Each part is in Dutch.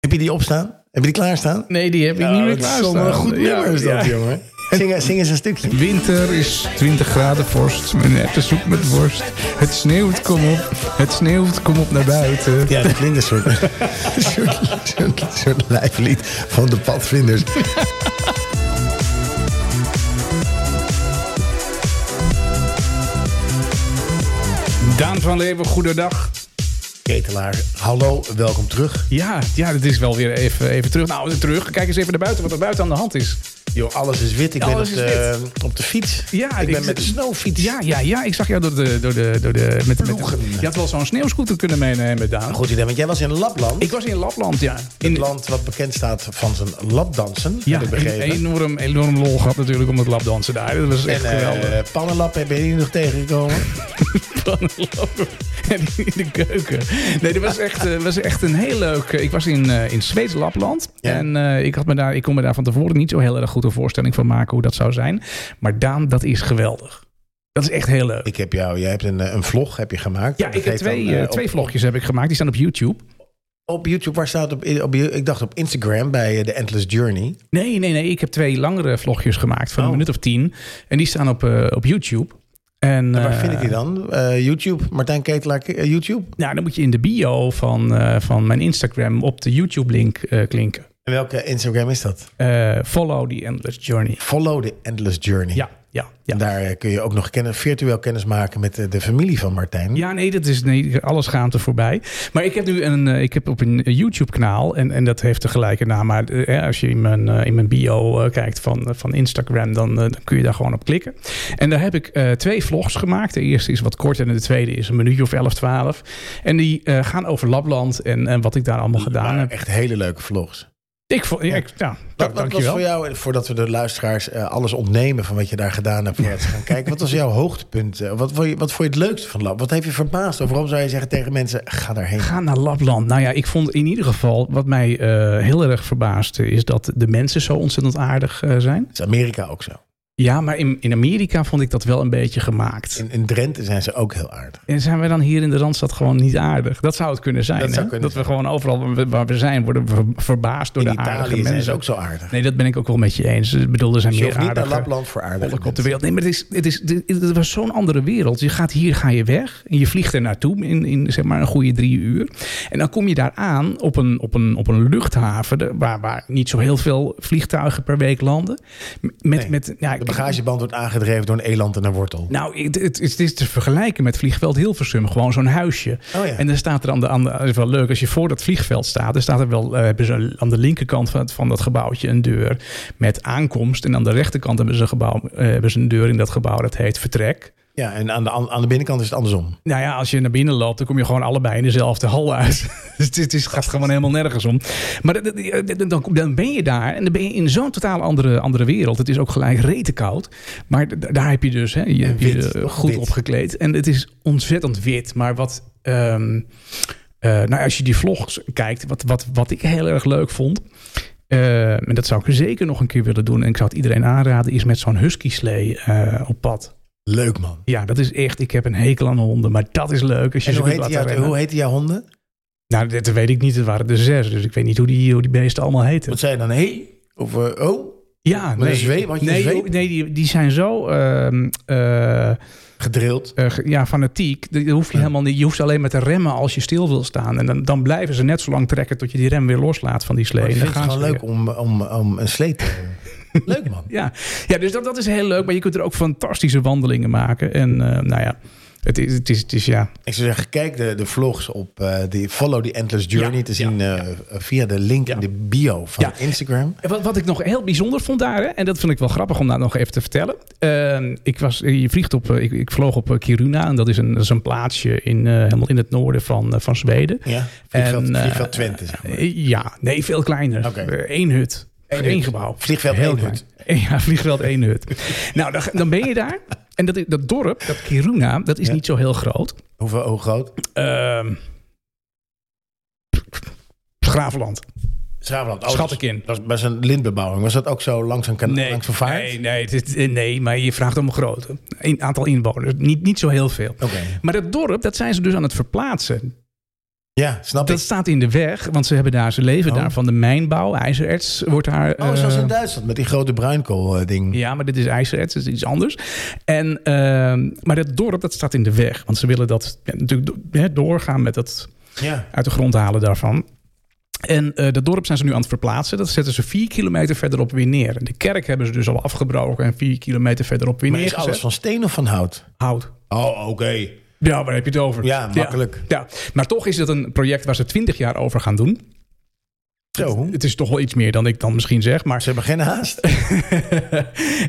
Heb je die opstaan? Heb je die klaarstaan? Nee, die heb ik niet meer dat is wel klaarstaan. een goed nummer is dat, ja. jongen. Zing, zing eens een stukje. Winter is 20 graden vorst, mijn nette zoek met worst. Het sneeuwt, kom op, het sneeuwt, kom op naar buiten. Ja, dat klinkt een soort, een soort, soort, soort lijflied van de padvlinders. Daan van Leeuwen, goedendag. Ketelaar, hallo, welkom terug. Ja, ja, dat is wel weer even, even terug. Nou, terug. Kijk eens even naar buiten, wat er buiten aan de hand is. Yo, alles is wit. Ik ben Alles op is de, op de fiets. Ja, ik ben ik- met de snowfiets. Ja, ja, ja. Ik zag jou door de... Door de, door de met, met, Ploegen. je had wel zo'n sneeuwscooter kunnen meenemen, Daan. Goed idee, want jij was in Lapland. Ik was in Lapland, ja. het In, land wat bekend staat van zijn lapdansen, ja, heb ik en begrepen. enorm, enorm lol gehad natuurlijk om het lapdansen daar. Dat was echt en geweldig. eh pannenlap heb je die nog tegengekomen. pannenloper. En die in de keuken. Nee, dat was echt, eh, was echt een heel leuk... eh, Ik was in, eh, in Zweeds Lapland. Ja. En eh, ik, had me daar, ik kon me daar van tevoren niet zo heel erg goed een voorstelling van maken hoe dat zou zijn. Maar Daan, dat is geweldig. Dat is echt heel leuk. ik heb jou, jij hebt een, eh, een vlog heb je gemaakt. ja, Dat ik heb heet twee, dan, eh, eh, op- twee vlogjes heb ik gemaakt. Die staan op YouTube. Op, YouTube, waar staat op, op? Ik dacht op Instagram bij eh, The Endless Journey. Nee, nee, nee. Ik heb twee langere vlogjes gemaakt van Oh. een minuut of tien. En die staan op, eh, op YouTube. En, En waar eh, vind ik die dan? Eh, YouTube, Martijn Ketelaar, eh, YouTube? Nou, dan moet je in de bio van, eh, van mijn Instagram op de YouTube-link eh, klinken. En welke Instagram is dat? Eh, follow the Endless Journey. Follow the Endless Journey. Ja, ja, ja. En daar eh, kun je ook nog kennen, virtueel kennis maken met eh, de familie van Martijn. Ja, nee, dat is nee, alles gaat er voorbij. Maar ik heb nu een, eh, ik heb op een YouTube-kanaal en, en dat heeft de gelijke naam. Maar eh, als je in mijn, eh, in mijn bio eh, kijkt van, eh, van Instagram, dan, eh, dan kun je daar gewoon op klikken. En daar heb ik eh, twee vlogs gemaakt. De eerste is wat kort en de tweede is een minuutje of 11, 12. En die eh, gaan over Lapland en, en wat ik daar allemaal gedaan Maar heb. echt hele leuke vlogs. Ik vond, ja, ik, ja, Wat, wat was dankjewel. voor jou, eh, voordat we de luisteraars eh, alles ontnemen van wat je daar gedaan hebt, voordat ze gaan kijken, wat was jouw hoogtepunt? eh, Wat vond je, wat vond je het leukste van Lab? Wat heeft je verbaasd? Of waarom zou je zeggen tegen mensen, ga daarheen? Ga naar Lapland. Nou ja, ik vond in ieder geval, wat mij eh, heel erg verbaasde, is dat de mensen zo ontzettend aardig eh, zijn. Dat is Amerika ook zo. Ja, maar in, in Amerika vond ik dat wel een beetje gemaakt. In, in Drenthe zijn ze ook heel aardig. En zijn we dan hier in de Randstad gewoon niet aardig? Dat zou het kunnen zijn. Dat hè? zou kunnen dat we gewoon overal waar we- waar we zijn worden we ver- verbaasd door In de aardige Italië zijn ze mensen. ook zo aardig. Nee, dat ben ik ook wel met je eens. Ik bedoel, er zijn Dus je meer hoeft niet naar aardige Lapland voor aardig. volken op de wereld. Nee, maar het, is, het, is, het, het was zo'n andere wereld. Je gaat hier, ga je weg. En je vliegt er naartoe in, in zeg maar een goede drie uur. En dan kom je daar aan op een, op een, op een luchthaven... de- waar, waar niet zo heel veel vliegtuigen per week landen. Met, Nee, met, ja, De ik- bagageband wordt aangedreven door een eland en een wortel. nou, het, het, het is te vergelijken met vliegveld Hilversum. Gewoon zo'n huisje. Oh ja. En dan staat er aan de, aan de... dat is wel leuk, als je voor dat vliegveld staat... dan staat er wel, eh, hebben ze aan de linkerkant van, het- van dat gebouwtje een deur met aankomst. En aan de rechterkant hebben ze een, gebouw, eh, hebben ze een deur in dat gebouw dat heet vertrek. Ja, en aan de, an- aan de binnenkant is het andersom. Nou ja, als je naar binnen loopt, dan kom je gewoon allebei in dezelfde hal uit. dus het, is- het gaat gewoon helemaal nergens om. Maar dat- dat- dat- dan, dan ben je daar en dan ben je in zo'n totaal andere, andere wereld. Het is ook gelijk rete koud. Maar d- daar heb je dus hè, je, En je, wit, eh, toch? goed Wit. opgekleed. En het is ontzettend wit. Maar wat. ehm, eh, nou, als je die vlogs kijkt, wat, wat, wat ik heel erg leuk vond. eh, en dat zou ik zeker nog een keer willen doen. En ik zou het iedereen aanraden, is met zo'n husky slee eh, op pad. Leuk man. Ja, dat is echt. Ik heb een hekel aan honden, maar dat is leuk als je En ze hoe kunt heet, laten jou, rennen. hoe heet jouw honden? Nou, dat weet ik niet. Het waren er zes, dus ik weet niet hoe die, hoe die beesten allemaal heten. Wat zei je dan? Hé? Of eh, oh? Ja, Met nee. een zweep? Had je een nee, zweep? joh, nee die, die zijn zo ehm, eh, eh, Gedrild. ge- ja, fanatiek. Dat hoef je, Ja. helemaal niet, je hoeft ze alleen maar te remmen als je stil wil staan. En dan, dan blijven ze net zo lang trekken tot je die rem weer loslaat van die slee. Maar ik En dan vind Oh, het gaan gewoon ze leuk weer. om, om, om een slee te hebben. Leuk man. Ja, ja dus dat, dat is heel leuk. Maar je kunt er ook fantastische wandelingen maken. En eh, nou ja, het is, het is, het is ja, Ik zou zeggen, kijk de, de vlogs op eh die Follow the Endless Journey Ja, te zien eh, via de link Ja. in de bio van Ja. Instagram. En Wat, wat ik nog heel bijzonder vond daar, hè, en dat vond ik wel grappig om dat nog even te vertellen. Ehm, ik, was, je vliegt op, eh, ik, ik vloog op eh, Kiruna, en dat is een, dat is een plaatsje in, eh, helemaal in het noorden van, eh, van Zweden. Ja, vliegveld, En, eh, vliegveld Twente. Zeg maar. Eh, Ja, nee, veel kleiner. Oké. Eh, Eén hut. Eén, hut. gebouw. Vliegveld Heel één klein. hut. Ja, vliegveld één hut. nou, dan, dan ben je daar. En dat, dat dorp, dat Kiruna, dat is Ja. niet zo heel groot. Hoeveel, hoe groot? Ehm Graveland, Schravenland. Oh, schat ik in. Dat was best een lintbebouwing. Was dat ook zo langs een kanaal, langs een vaart? Nee, nee, het is- eh, nee, maar je vraagt om een grote. Een aantal inwoners. Niet, niet zo heel veel. Oké. Maar dat dorp, dat zijn ze dus aan het verplaatsen. Ja, snap Dat ik. staat in de weg, want ze hebben daar, ze leven Oh. daar van de mijnbouw. IJzererts wordt daar... Oh, zoals in eh, Duitsland met die grote eh, bruinkool-ding. Ja, maar dit is IJzererts, dus iets anders. En, ehm, maar dat dorp, dat staat in de weg. Want ze willen dat ja, natuurlijk do- hè, doorgaan met dat Ja. uit de grond halen daarvan. En eh, dat dorp zijn ze nu aan het verplaatsen. Dat zetten ze vier kilometer verderop weer neer. En de kerk hebben ze dus al afgebroken en vier kilometer verderop weer Maar is alles neergezet. van steen of van hout? Hout. Oh, oké. Ja, waar heb je het over? Ja, makkelijk. Ja, maar toch is dat een project waar ze twintig jaar over gaan doen. Zo. Het is toch wel iets meer dan ik dan misschien zeg. Maar Ze hebben geen haast.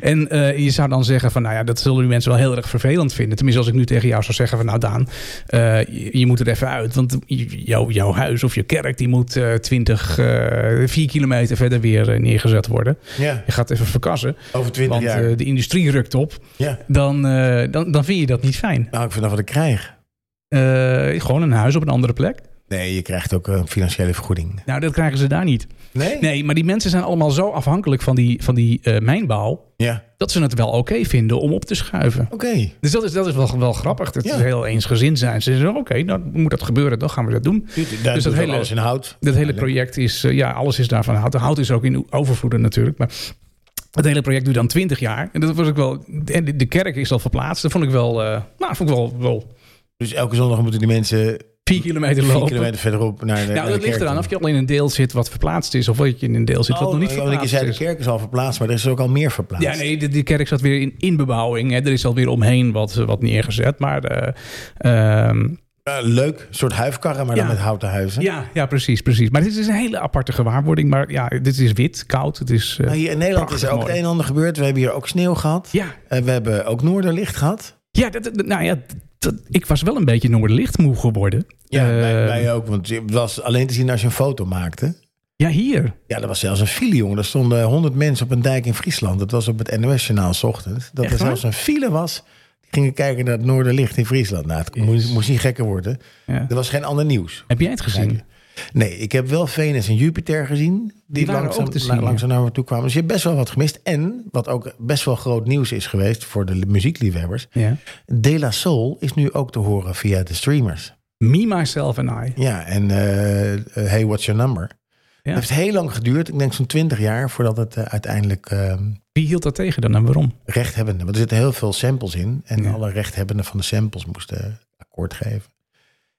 en eh, je zou dan zeggen van, nou ja, dat zullen die mensen wel heel erg vervelend vinden. Tenminste, als ik nu tegen jou zou zeggen van, nou Daan, eh, je, je moet er even uit. Want j- jouw- jouw huis of je kerk, die moet eh 20, eh 4 kilometer verder weer eh, neergezet worden. Ja, Je gaat even verkassen, over twintig want jaar. eh, de industrie rukt op. ja. Dan, eh, dan, dan vind je dat niet fijn. Nou, ik vind dat wat ik krijg. Eh, gewoon een huis op een andere plek. Nee, je krijgt ook een financiële vergoeding. Nou, dat krijgen ze daar niet. Nee? Nee, maar die mensen zijn allemaal zo afhankelijk van die, van die eh, mijnbouw... Ja. dat ze het wel oké vinden om op te schuiven. Oké. Dus dat is, dat is wel, wel grappig. Dat Ja. is heel eensgezind zijn. Ze zeggen, oké, dan moet dat gebeuren. Dan gaan we dat doen. Daar dat dus dat hele- hele... alles in hout. Dat hele project is, eh, ja, alles is daarvan hout. Hout is ook in overvloeden natuurlijk. Maar het hele project duurt dan 20 jaar. En dat was ook wel. En de- de kerk is al verplaatst. Dat vond ik wel. eh nou, vond ik wel, wel Dus elke zondag moeten die mensen vier kilometer vier lopen. kilometer verderop naar de naar Nou, de dat ligt kerk eraan toe. of je al in een deel zit wat verplaatst is. Of dat je in een deel zit wat nog niet oh, want je verplaatst zei, de is. kerk is al verplaatst, maar er is ook al meer verplaatst. Ja, nee, de, de kerk zat weer in, in bebouwing. Hè. Er is alweer omheen wat, wat neergezet. Maar eh, ehm, Eh, leuk, een soort huifkarren, maar Ja. dan met houten huizen. Ja, ja, precies, precies. Maar dit is een hele aparte gewaarwording. Maar ja, dit is wit, koud. Het is. eh, Nou, hier in Nederland is Prachtig er ook mooi. het een en ander gebeurd. We hebben hier ook sneeuw gehad. ja, En we hebben ook noorderlicht gehad. ja, dat, dat- nou ja, dat, ik was wel een beetje noorderlichtmoe geworden. Ja, Eh, wij, wij ook. Want het was alleen te zien als je een foto maakte. ja, hier. Ja, er was zelfs een file, jongen. Er stonden honderd mensen op een dijk in Friesland. Dat was op het NOS-journaal 's ochtends. Dat Echt er waar? zelfs een file was. Die gingen kijken naar het noorderlicht in Friesland. Nou, het moest, moest niet gekker worden. Ja. Er was geen ander nieuws. Heb jij het gezien? Nee, ik heb wel Venus en Jupiter gezien. Die, waren langzaam, ook te zien, la- ja. langzaam naar me toe kwamen. Dus je hebt best wel wat gemist. En, wat ook best wel groot nieuws is geweest voor de li- muziekliefhebbers. Ja. De La Soul is nu ook te horen via de streamers. Me, myself en I. Ja, en eh, eh, Hey, What's Your Number? Ja. Het heeft heel lang geduurd. Ik denk zo'n twintig jaar voordat het eh, uiteindelijk... ehm, Wie hield dat tegen dan en waarom? rechthebbenden. Want er zitten heel veel samples in. En Ja. alle rechthebbenden van de samples moesten akkoord geven.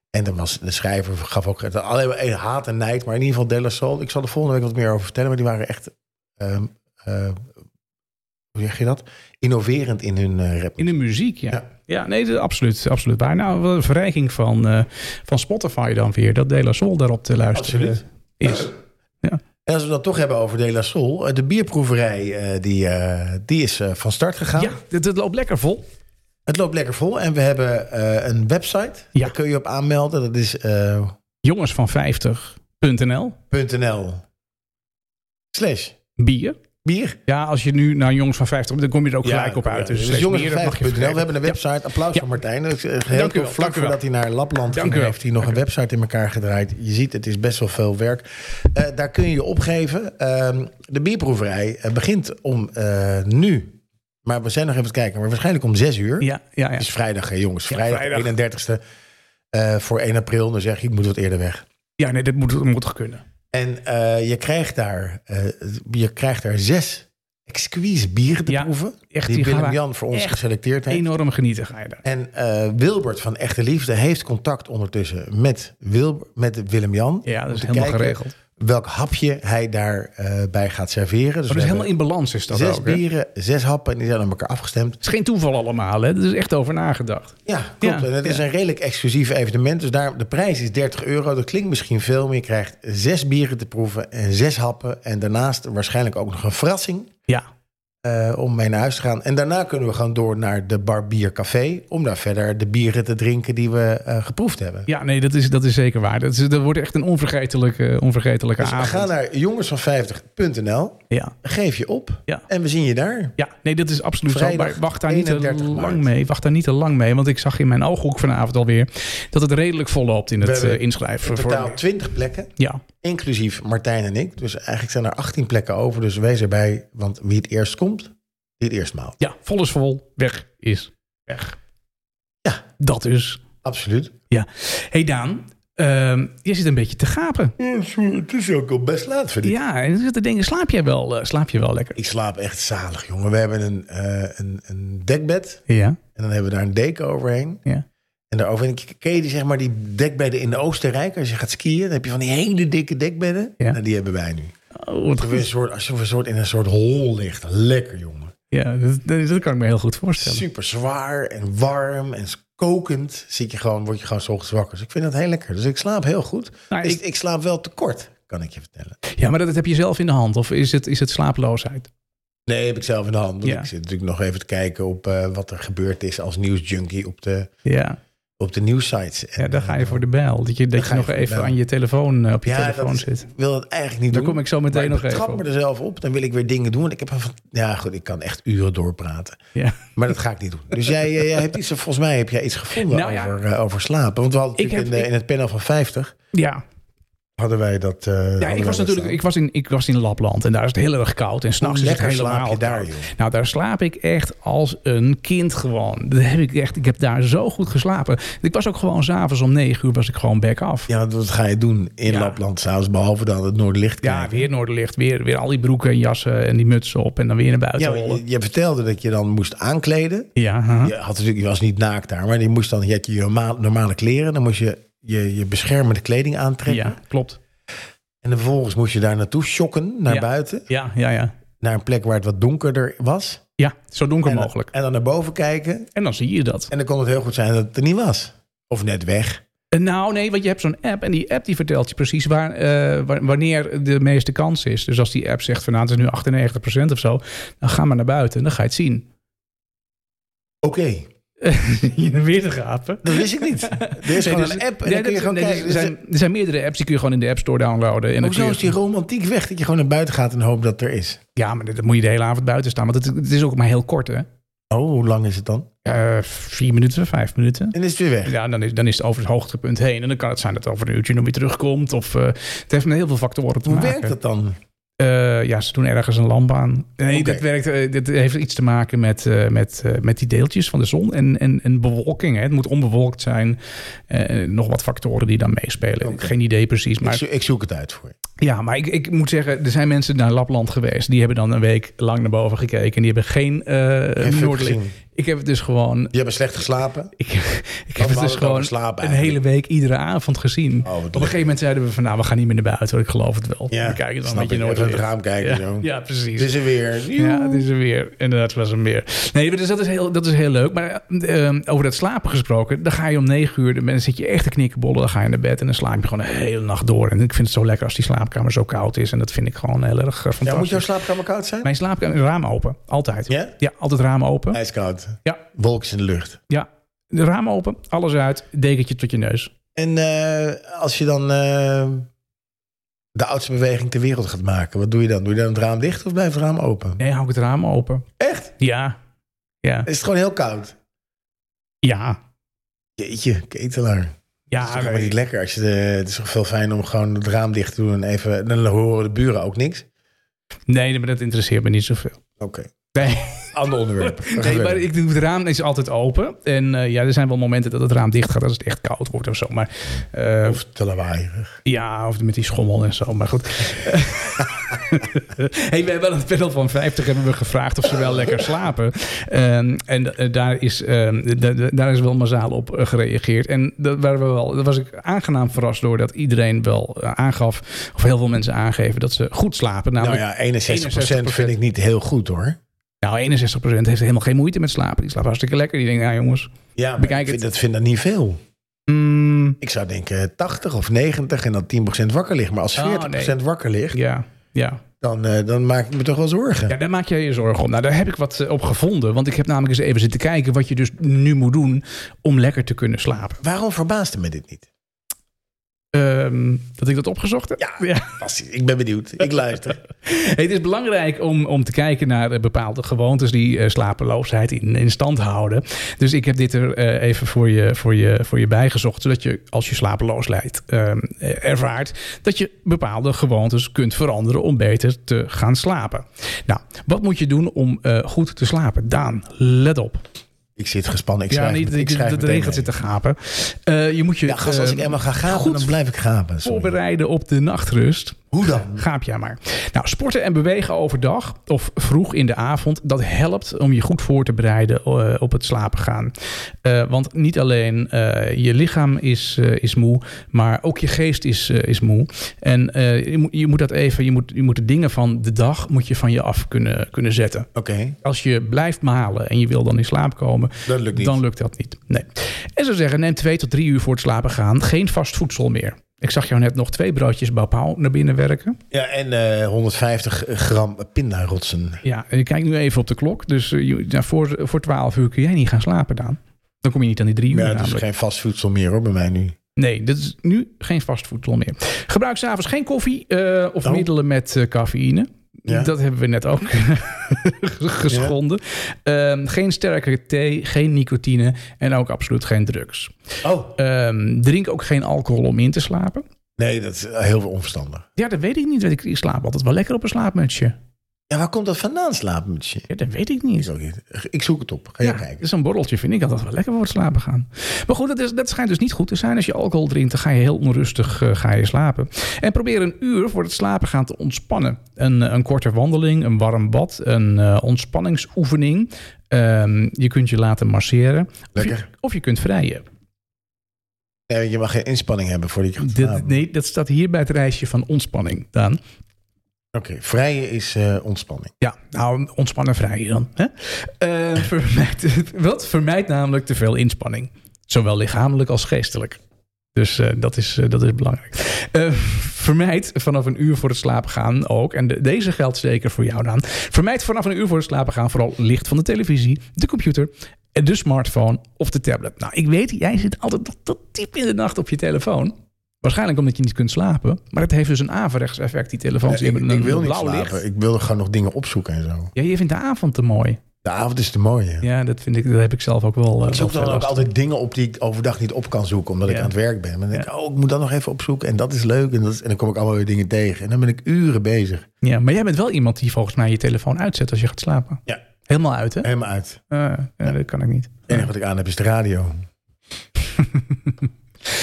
En dan was de schrijver gaf ook alleen maar haat en nijd. Maar in ieder geval De La Soul. Ik zal er volgende week wat meer over vertellen. Maar die waren echt, ehm, eh, hoe zeg je dat? Innoverend in hun eh, rap. In de muziek, ja. Ja, Ja. nee, dat is absoluut, absoluut waar. Nou, wat een verrijking van, eh, van Spotify dan weer. Dat De La Soul daarop te luisteren Absoluut. eh, is. En als we dat toch hebben over De La Soul. eh, De bierproeverij eh, die, eh, die is eh, van start gegaan. Ja, het, het loopt lekker vol. Het loopt lekker vol. En we hebben eh, een website. Ja. Daar kun je op aanmelden. Dat is eh, Jongens van 50.nl. .nl slash Bier. bier. Ja, als je nu naar jongens van 50 dan kom je er ook Ja, gelijk op uit. ja. Dus, steeds jongens meer, van dat mag je 50.nl. We vergeten. hebben een website. Applaus Ja. voor Martijn. Dat is, eh, u Heel wel, veel dank vlak u wel. voordat hij naar Lapland Dank ging, u wel. heeft hij nog Dank een website in elkaar gedraaid. Je ziet, het is best wel veel werk. Eh, daar kun je je opgeven. Ehm, de bierproeverij eh, begint om eh, nu. Maar we zijn nog even aan het kijken. Maar waarschijnlijk om zes uur. Ja, ja, ja. Het is vrijdag, hè, jongens. Ja, Vrijdag, vrijdag. 31ste. eh, voor 1 april. Dan zeg je, ik moet wat eerder weg. ja, nee, dat moet, dat moet kunnen. En eh, je, krijgt daar, eh, je krijgt daar zes exquise bieren te Ja, proeven. echt, die die gaan Willem we Jan voor ons echt geselecteerd heeft. Enorm genieten ga je daar. En eh, Wilbert van Echte Liefde heeft contact ondertussen met, Wil, met Willem-Jan. Ja, dat is te helemaal kijken Dus geregeld. Oh, Maar Welk hapje hij daarbij bij gaat serveren. Dus Oh, we dat is hebben helemaal in balans is dat zes ook. hè? Het bieren, zes happen en die zijn aan elkaar afgestemd. is geen toeval allemaal, hè. Er is echt over nagedacht. Ja, klopt. Ja, en het is ja. een redelijk exclusief evenement. Dus daar, de prijs is 30 euro. Dat klinkt misschien veel, maar je krijgt zes bieren te proeven en zes happen. En daarnaast waarschijnlijk ook nog een verrassing Ja, eh, om mee naar huis te gaan. En daarna kunnen we gaan door naar de Barbiercafé... om daar verder de bieren te drinken die we eh, geproefd hebben. ja nee, dat is, dat is zeker waar. Dat, is, dat wordt echt een onvergetelijke, onvergetelijke Dus avond. ga naar jongensvan50.nl, Ja, geef je op Ja. en we zien je daar. ja, nee, dat is absoluut zo. Vrijdag, Maar wacht daar niet te 31 lang maart. mee. Wacht daar niet te lang mee, want ik zag in mijn ooghoek vanavond alweer... dat het redelijk vol loopt in We het hebben eh, inschrijven. In voor- totaal 20 plekken, Ja, inclusief Martijn en ik. Dus eigenlijk zijn er 18 plekken over, dus wees erbij. Want wie het eerst komt, die het eerst maalt. ja, vol is vol, weg is weg. Ja. Dat is... Absoluut. Hey Daan, Ehm, je zit een beetje te gapen. Het is ook al best laat, vind ik. Ja, en dan zit te denken, slaap jij wel, eh, slaap je wel lekker? Ik slaap echt zalig, jongen. We hebben een, eh, een, een dekbed Ja, en dan hebben we daar een deken overheen. ja. En daaroverheen, K- ken je die, zeg maar, die dekbedden in de Oostenrijk? Als je gaat skiën, dan heb je van die hele dikke dekbedden. Ja. Nou, die hebben wij nu. Oh, wat Of een goed. soort, als je een soort in een soort hol ligt. Lekker, jongen. Ja, dat, dat dat kan ik me heel goed voorstellen. Super zwaar en warm en kokend. Zit je gewoon, word je gewoon 's ochtends wakker. Dus ik vind dat heel lekker. Dus ik slaap heel goed. Nou, Dus ik- ik, slaap wel te kort, kan ik je vertellen. Ja, maar dat, dat heb je zelf in de hand. Of is het, is het slapeloosheid? Nee, heb ik zelf in de hand. want Ja. Ik zit natuurlijk nog even te kijken op eh, wat er gebeurd is als nieuwsjunkie op de, Ja, op de nieuwssites. ja En, dan ga eh, je voor de bijl. Dat je, Dan dat ga je je nog voor de even bijl. aan je telefoon, eh, op je Ja, telefoon dat is- zit. Ik wil dat eigenlijk niet Daar doen. kom ik zo meteen nog maar ik even betrap op. me er zelf op. Dan wil ik weer dingen doen. Want ik heb een, van- ja, goed, ik kan echt uren doorpraten. Ja. Maar dat ga ik niet doen. Dus jij, eh, jij hebt iets, volgens mij heb jij iets gevonden Nou ja. over, eh, over slapen. Want we hadden Ik natuurlijk heb- in, de- ik- in het panel van 50 Ja, hadden wij dat. eh, ja hadden ik wij was dat natuurlijk ik staan. was in, ik was in Lapland en daar is het heel erg koud. En s'nachts is het lekker helemaal slaap je daar, koud. joh. Nou, daar slaap ik echt als een kind gewoon. Dat heb ik, echt, ik heb daar zo goed geslapen. Ik was ook gewoon s'avonds om negen uur was ik gewoon back af. eh, Ja, want wat ga je doen in Ja. Lapland s'avonds? Behalve dan het Noordlicht Ja, kijken. weer Noorderlicht. Weer, weer al die broeken en jassen en die mutsen op. En dan weer naar buiten Ja, rollen. je, je vertelde dat je dan moest aankleden. Ja, huh? Je, had natuurlijk, je was niet naakt daar, maar je moest dan je had je norma- normale kleren. Dan moest je je, je beschermende kleding aantrekken. ja klopt. En dan vervolgens moest je daar naartoe shokken, naar Ja. buiten. Ja, ja, ja. Naar een plek waar het wat donkerder was. Ja, zo donker En dan- mogelijk. En dan naar boven kijken. En dan zie je dat. En dan kon het heel goed zijn dat het er niet was. Of net weg. En nou, nee, want je hebt zo'n app en die app die vertelt je precies waar, eh, wa- wanneer de meeste kans is. Dus als die app zegt van nou, het is nu 98% of zo, dan ga maar naar buiten en dan ga je het zien. Oké, je weer te gapen. dat wist ik niet. Er is dus- gewoon een app en dan kun je gewoon kijken. Dus, eh, Er zijn, er zijn meerdere apps die kun je gewoon in de App Store downloaden. En dan kun Hoezo je- is die romantiek weg dat je gewoon naar buiten gaat en hoopt dat er is? Ja, maar dan moet je de hele avond buiten staan. Want het, het is ook maar heel kort, hè? Oh, hoe lang is het dan? Eh, vier minuten, vijf minuten. En is het weer weg. Ja, dan is, dan is het over het hoogtepunt heen. En dan kan het zijn dat het over een uurtje nog weer terugkomt. Of, eh, het heeft met heel veel factoren te Hoe maken. werkt dat dan? Eh, ja, ze doen ergens een lamp aan. Nee, Oké. dit, werkt, eh, dit heeft iets te maken met, eh, met, eh, met die deeltjes van de zon en, en, en bewolking. Hè. Het moet onbewolkt zijn. Eh, nog wat factoren die dan meespelen. Oké. Geen idee precies. Ik, Maar, zo- ik zoek het uit voor je. ja, maar ik, ik moet zeggen, er zijn mensen naar Lapland geweest. Die hebben dan een week lang naar boven gekeken. En die hebben geen eh Even noordlicht. gezien. Ik heb het dus gewoon... Je hebt slecht geslapen. Ik, ik heb het hadden dus het over gewoon slapen een eigenlijk. Oh, hele week iedere avond gezien. wat Op een leuk. gegeven moment zeiden we van... nou, we gaan niet meer naar buiten hoor, ik geloof het wel. Ja, we kijken dan snap met je ik. Even uit het noordlicht. raam kijken. Ja, zo. ja, precies. Het is er weer. Ja, het is er weer. Inderdaad, het was er weer. Nee, dus dat is heel, dat is heel leuk. Maar eh, eh, over dat slapen gesproken, dan ga je om negen uur, dan zit je echt te knikkenbollen, dan ga je naar bed en dan slaap je gewoon de hele nacht door. En ik vind het zo lekker als die slaapkamer zo koud is. En dat vind ik gewoon heel erg eh, fantastisch. Ja, moet jouw slaapkamer koud zijn? Mijn slaapkamer, raam open, altijd. Ja? Ja, altijd raam open. Ijskoud. Ja. Wolkjes in de lucht. Ja, de raam open, alles uit, dekentje tot je neus. En eh, als je dan eh, de oudste beweging ter wereld gaat maken, wat doe je dan? Doe je dan het raam dicht of blijft het raam open? Nee, hou ik het raam open. Echt? Ja, ja, Is het gewoon heel koud? ja. Jeetje, ketelaar. Ja, het is toch nee. helemaal niet lekker. Als je de, het is toch veel fijn om gewoon het raam dicht te doen en even... Dan horen de buren ook niks. nee, maar dat interesseert me niet zoveel. Oké. Nee. Ander onderwerp. Ga Nee, verder. maar ik doe het raam is altijd open. En eh, ja, er zijn wel momenten dat het raam dicht gaat als het echt koud wordt of zo. Maar eh, Of te lawaaierig. ja, of met die schommel en zo. Maar goed. hey, we hebben aan het panel van 50 hebben we gevraagd of ze wel lekker slapen. Ehm, en eh, daar, is, ehm, da- da- daar is wel massaal op eh, gereageerd. En dat, waren we wel, daar was ik aangenaam verrast door dat iedereen wel eh, aangaf, of heel veel mensen aangeven, dat ze goed slapen. Nou Namelijk, ja, 61, vind ik niet heel goed hoor. nou, 61% heeft helemaal geen moeite met slapen. Die slaapt hartstikke lekker. Die denkt, ja jongens. Ja, maar Bekijk ik vind, het. dat vind dat niet veel. mm, Ik zou denken 80 of 90 en dan 10% wakker ligt. Maar als 40% Oh, wakker ligt, Ja, ja. dan, eh, dan maak ik me toch wel zorgen. ja, daar maak jij je zorgen om. Nou, daar heb ik wat eh, op gevonden. Want ik heb namelijk eens even zitten kijken wat je dus nu moet doen om lekker te kunnen slapen. Waarom verbaasde me dit niet? Ehm, dat ik dat opgezocht heb? Ja. Bas, ik ben benieuwd. Ik luister. Hey, het is belangrijk om, om te kijken naar eh, bepaalde gewoontes die eh, slapeloosheid in, in stand houden. Dus ik heb dit er eh, even voor je, voor, je, voor je bijgezocht. Zodat je als je slapeloosheid ehm, eh, ervaart, dat je bepaalde gewoontes kunt veranderen om beter te gaan slapen. Nou, wat moet je doen om eh, goed te slapen? Daan, let op. Ik zit gespannen. Ik ja, schrijf niet met- dat ik je schrijf dat meteen erin gaat mee. zitten gapen. Eh, je moet je Ja, gast, als eh, ik eenmaal ga gapen, goed dan blijf ik gapen. Sorry. voorbereiden op de nachtrust. Hoe dan? Gaap ja maar. Nou, sporten en bewegen overdag of vroeg in de avond, dat helpt om je goed voor te bereiden eh, op het slapen gaan. Eh, want niet alleen eh, je lichaam is, eh, is moe, maar ook je geest is, eh, is moe. En eh, je, moet, je moet dat even, je moet, je moet de dingen van de dag moet je van je af kunnen, kunnen zetten. Oké, Als je blijft malen en je wil dan in slaap komen, dat lukt niet. dan lukt dat niet. Nee. En ze zeggen, neem twee tot drie uur voor het slapen gaan geen vast voedsel meer. Ik zag jou net nog twee broodjes Bapau naar binnen werken. Ja, en eh, 150 gram pindarotsen. Ja, en ik kijk nu even op de klok. Dus eh, je- ja, voor, voor 12 uur kun jij niet gaan slapen, Daan. Dan kom je niet aan die drie uur Ja, dat is namelijk. geen vast voedsel meer hoor, bij mij nu. Nee, dat is nu geen vast voedsel meer. Gebruik s'avonds geen koffie eh, of Oh. middelen met eh, cafeïne. Ja. Dat hebben we net ook eh, geschonden. Ehm, geen sterke thee, geen nicotine en ook absoluut geen drugs. Oh, Ehm, drink ook geen alcohol om in te slapen. nee, dat is eh, heel onverstandig. Ja, dat weet ik niet. Ik ik slaap altijd wel lekker op een slaapmutsje. Ja, waar komt dat vandaan, slaapmutsje? Ja, dat weet ik niet. Is ook niet- Ik zoek het op. Ga je Ja, kijken. zo'n borreltje vind ik altijd wel lekker voor het slapen gaan. Maar goed, dat, is, dat schijnt dus niet goed te zijn. Als je alcohol drinkt, dan ga je heel onrustig eh, ga je slapen. En probeer een uur voor het slapen gaan te ontspannen. Een, eh, een korte wandeling, een warm bad, een eh, ontspanningsoefening. Ehm, je kunt je laten masseren. Of je, Lekker. of je kunt vrijen. Nee, je mag geen inspanning hebben voordat je gaat Dit- slapen. nee, dat staat hier bij het reisje van ontspanning, Daan. Oké, vrije is eh, ontspanning. Ja, nou, ontspannen vrij dan. Hè? Eh, vermijd, wat vermijdt namelijk te veel inspanning. Zowel lichamelijk als geestelijk. Dus eh, dat, is, eh, dat is belangrijk. Eh, vermijd vanaf een uur voor het slapen gaan ook. En de- deze geldt zeker voor jou dan. Vermijd vanaf een uur voor het slapen gaan vooral licht van de televisie, de computer, en de smartphone of de tablet. Nou, ik weet, jij zit altijd tot, tot diep in de nacht op je telefoon. Waarschijnlijk omdat je niet kunt slapen. Maar het heeft dus een averechts effect, die telefoons. Nee, die Dus ik, hebben ik een wil niet blauw slapen. licht. Ik wil gewoon nog dingen opzoeken en zo. Ja, je vindt de avond te mooi. De avond is de mooie. Ja, dat vind ik, dat heb ik zelf ook wel. eh, Ik zoek wel dan ook last. altijd dingen op die ik overdag niet op kan zoeken, omdat ik Ja. aan het werk ben. Dan denk ik, oh, ik moet dat nog even opzoeken en dat is leuk. En, dat is- en dan kom ik allemaal weer dingen tegen. En dan ben ik uren bezig. Ja, maar jij bent wel iemand die volgens mij je telefoon uitzet als je gaat slapen. Ja. Helemaal uit, hè? Helemaal uit. Eh, ja, dat kan ik niet. Het enige wat ik aan heb is de radio.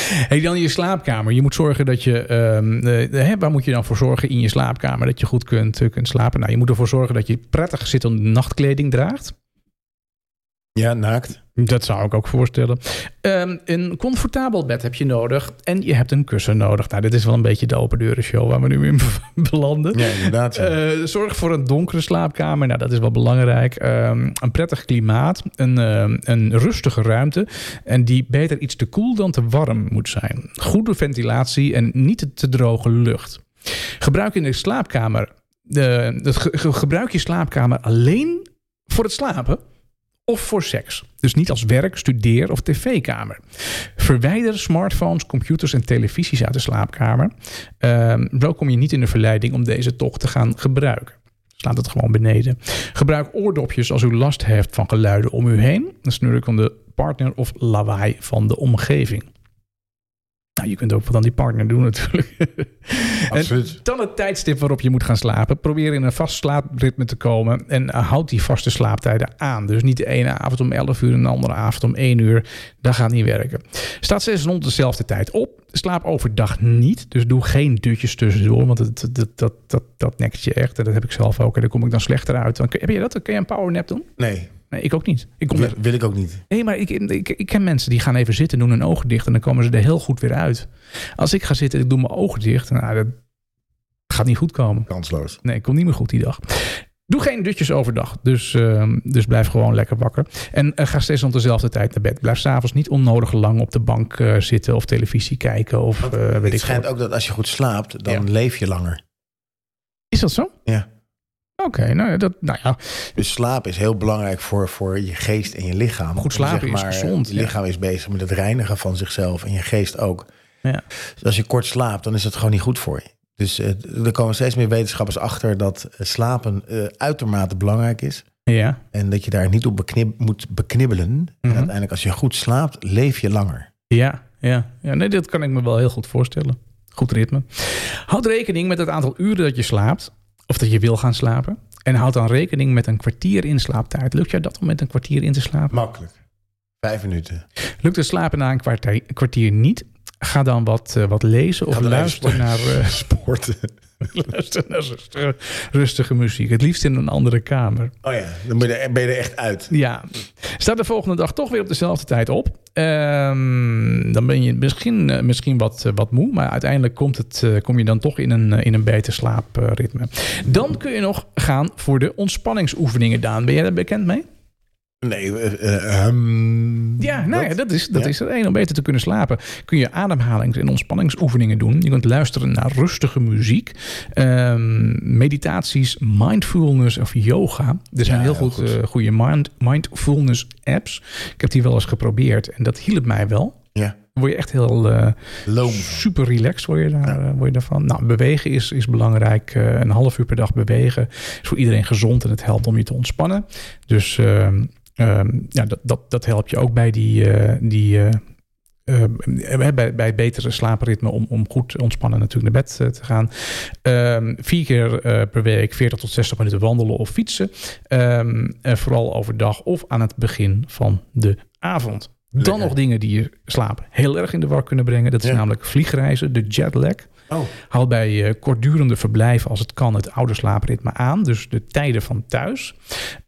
Hey, dan je slaapkamer. Je moet zorgen dat je. ehm, eh, hè, waar moet je dan voor zorgen in je slaapkamer? Dat je goed kunt, eh, kunt slapen. Nou, je moet ervoor zorgen dat je prettig zittende nachtkleding draagt. Ja, naakt. Dat zou ik ook voorstellen. Ehm, een comfortabel bed heb je nodig. En je hebt een kussen nodig. Nou, dit is wel een beetje de open deuren show waar we nu in belanden. Ja, inderdaad. ja. Eh, zorg voor een donkere slaapkamer. Nou, dat is wel belangrijk. Ehm, een prettig klimaat. Een, ehm, een rustige ruimte. En die beter iets te koel dan te warm moet zijn. Goede ventilatie en niet te, te droge lucht. Gebruik in de slaapkamer. eh, dat ge- ge- gebruik je slaapkamer alleen voor het slapen of voor seks. Dus niet als werk, studeer of tv-kamer. Verwijder smartphones, computers en televisies uit de slaapkamer. Ehm, zo kom je niet in de verleiding om deze toch te gaan gebruiken. Slaat het gewoon beneden. Gebruik oordopjes als u last heeft van geluiden om u heen. Dat is natuurlijk om de partner of lawaai van de omgeving. Nou, je kunt ook wat aan die partner doen natuurlijk. en Absoluut. dan het tijdstip waarop je moet gaan slapen. Probeer in een vast slaapritme te komen en houd die vaste slaaptijden aan. Dus niet de ene avond om 11 uur en de andere avond om 1 uur. Dat gaat niet werken. Staat zes rond dezelfde tijd op. Slaap overdag niet. Dus doe geen dutjes tussendoor. Want dat, dat, dat, dat, dat nekt je echt. En dat heb ik zelf ook. En daar kom ik dan slechter uit. Dan, kun- heb je dat? Kun je een powernap doen? Nee, Nee, ik ook niet. Ik kom wil, er- wil ik ook niet. Nee, maar ik, ik, ik ken mensen die gaan even zitten, doen hun ogen dicht en dan komen ze er heel goed weer uit. Als ik ga zitten en ik doe mijn ogen dicht, nou, dat gaat niet goed komen. Kansloos. Nee, ik kom niet meer goed die dag. Doe geen dutjes overdag, dus, ehm, dus blijf gewoon lekker wakker. En eh, ga steeds om dezelfde tijd naar bed. Blijf s'avonds niet onnodig lang op de bank eh, zitten of televisie kijken of eh, weet het ik schijnt veel. ook dat als je goed slaapt, dan Ja. leef je langer. Is dat zo? Ja. Oké, nou, ja, dat, nou ja, Dus slaap is heel belangrijk voor, voor je geest en je lichaam. Goed slapen is gezond, Je ja. lichaam is bezig met het reinigen van zichzelf en je geest ook. Ja. Dus als je kort slaapt, dan is het gewoon niet goed voor je. Dus eh, er komen steeds meer wetenschappers achter dat eh, slapen eh, uitermate belangrijk is. ja. En dat je daar niet op beknip, moet beknibbelen. En Mhm. uiteindelijk, als je goed slaapt, leef je langer. Ja, ja, ja. Nee, dat kan ik me wel heel goed voorstellen. Goed ritme. Houd rekening met het aantal uren dat je slaapt. Of dat je wil gaan slapen. En houd dan rekening met een kwartier inslaaptijd. Lukt jou dat om met een kwartier in te slapen? Makkelijk. Vijf minuten. Lukt het slapen na een kwartier, kwartier niet? Ga dan wat, eh, wat lezen of Ga dan even luister naar, eh, Sporten. luister naar rustige, rustige muziek. Het liefst in een andere kamer. Oh ja, dan ben je er, ben je er echt uit. Ja. Staat de volgende dag toch weer op dezelfde tijd op. Ehm, dan ben je misschien, eh, misschien wat, eh, wat moe. Maar uiteindelijk komt het, eh, kom je dan toch in een, eh, in een beter slaapritme. Dan kun je nog gaan voor de ontspanningsoefeningen, Daan. Ben jij daar bekend mee? Nee, eh, eh, ehm, Ja, nou ja, wat? dat is, dat Ja. is er één. Om beter te kunnen slapen kun je ademhalings- en ontspanningsoefeningen doen. Je kunt luisteren naar rustige muziek, ehm, meditaties, mindfulness of yoga. Er zijn Ja, heel heel goed, eh, goede mind, mindfulness apps. Ik heb die wel eens geprobeerd en dat hielp mij wel. Ja, Dan word je echt heel eh, loom. super relaxed word je, daar, eh, word je daarvan. Nou, bewegen is, is belangrijk. Eh, een half uur per dag bewegen is voor iedereen gezond en het helpt om je te ontspannen. Dus ehm, ehm, ja, dat, dat, dat helpt je ook bij die. eh, die eh, eh, bij, bij betere slaapritme om, om goed ontspannen natuurlijk naar bed eh, te gaan. Ehm, vier keer eh, per week 40 tot 60 minuten wandelen of fietsen. Ehm, en vooral overdag of aan het begin van de avond. Dan Lekker. nog dingen die je slaap heel erg in de war kunnen brengen. Dat is Ja. namelijk vliegreizen, de jetlag. Oh, Haal bij eh kortdurende verblijf, als het kan, het oude slaapritme aan. Dus de tijden van thuis.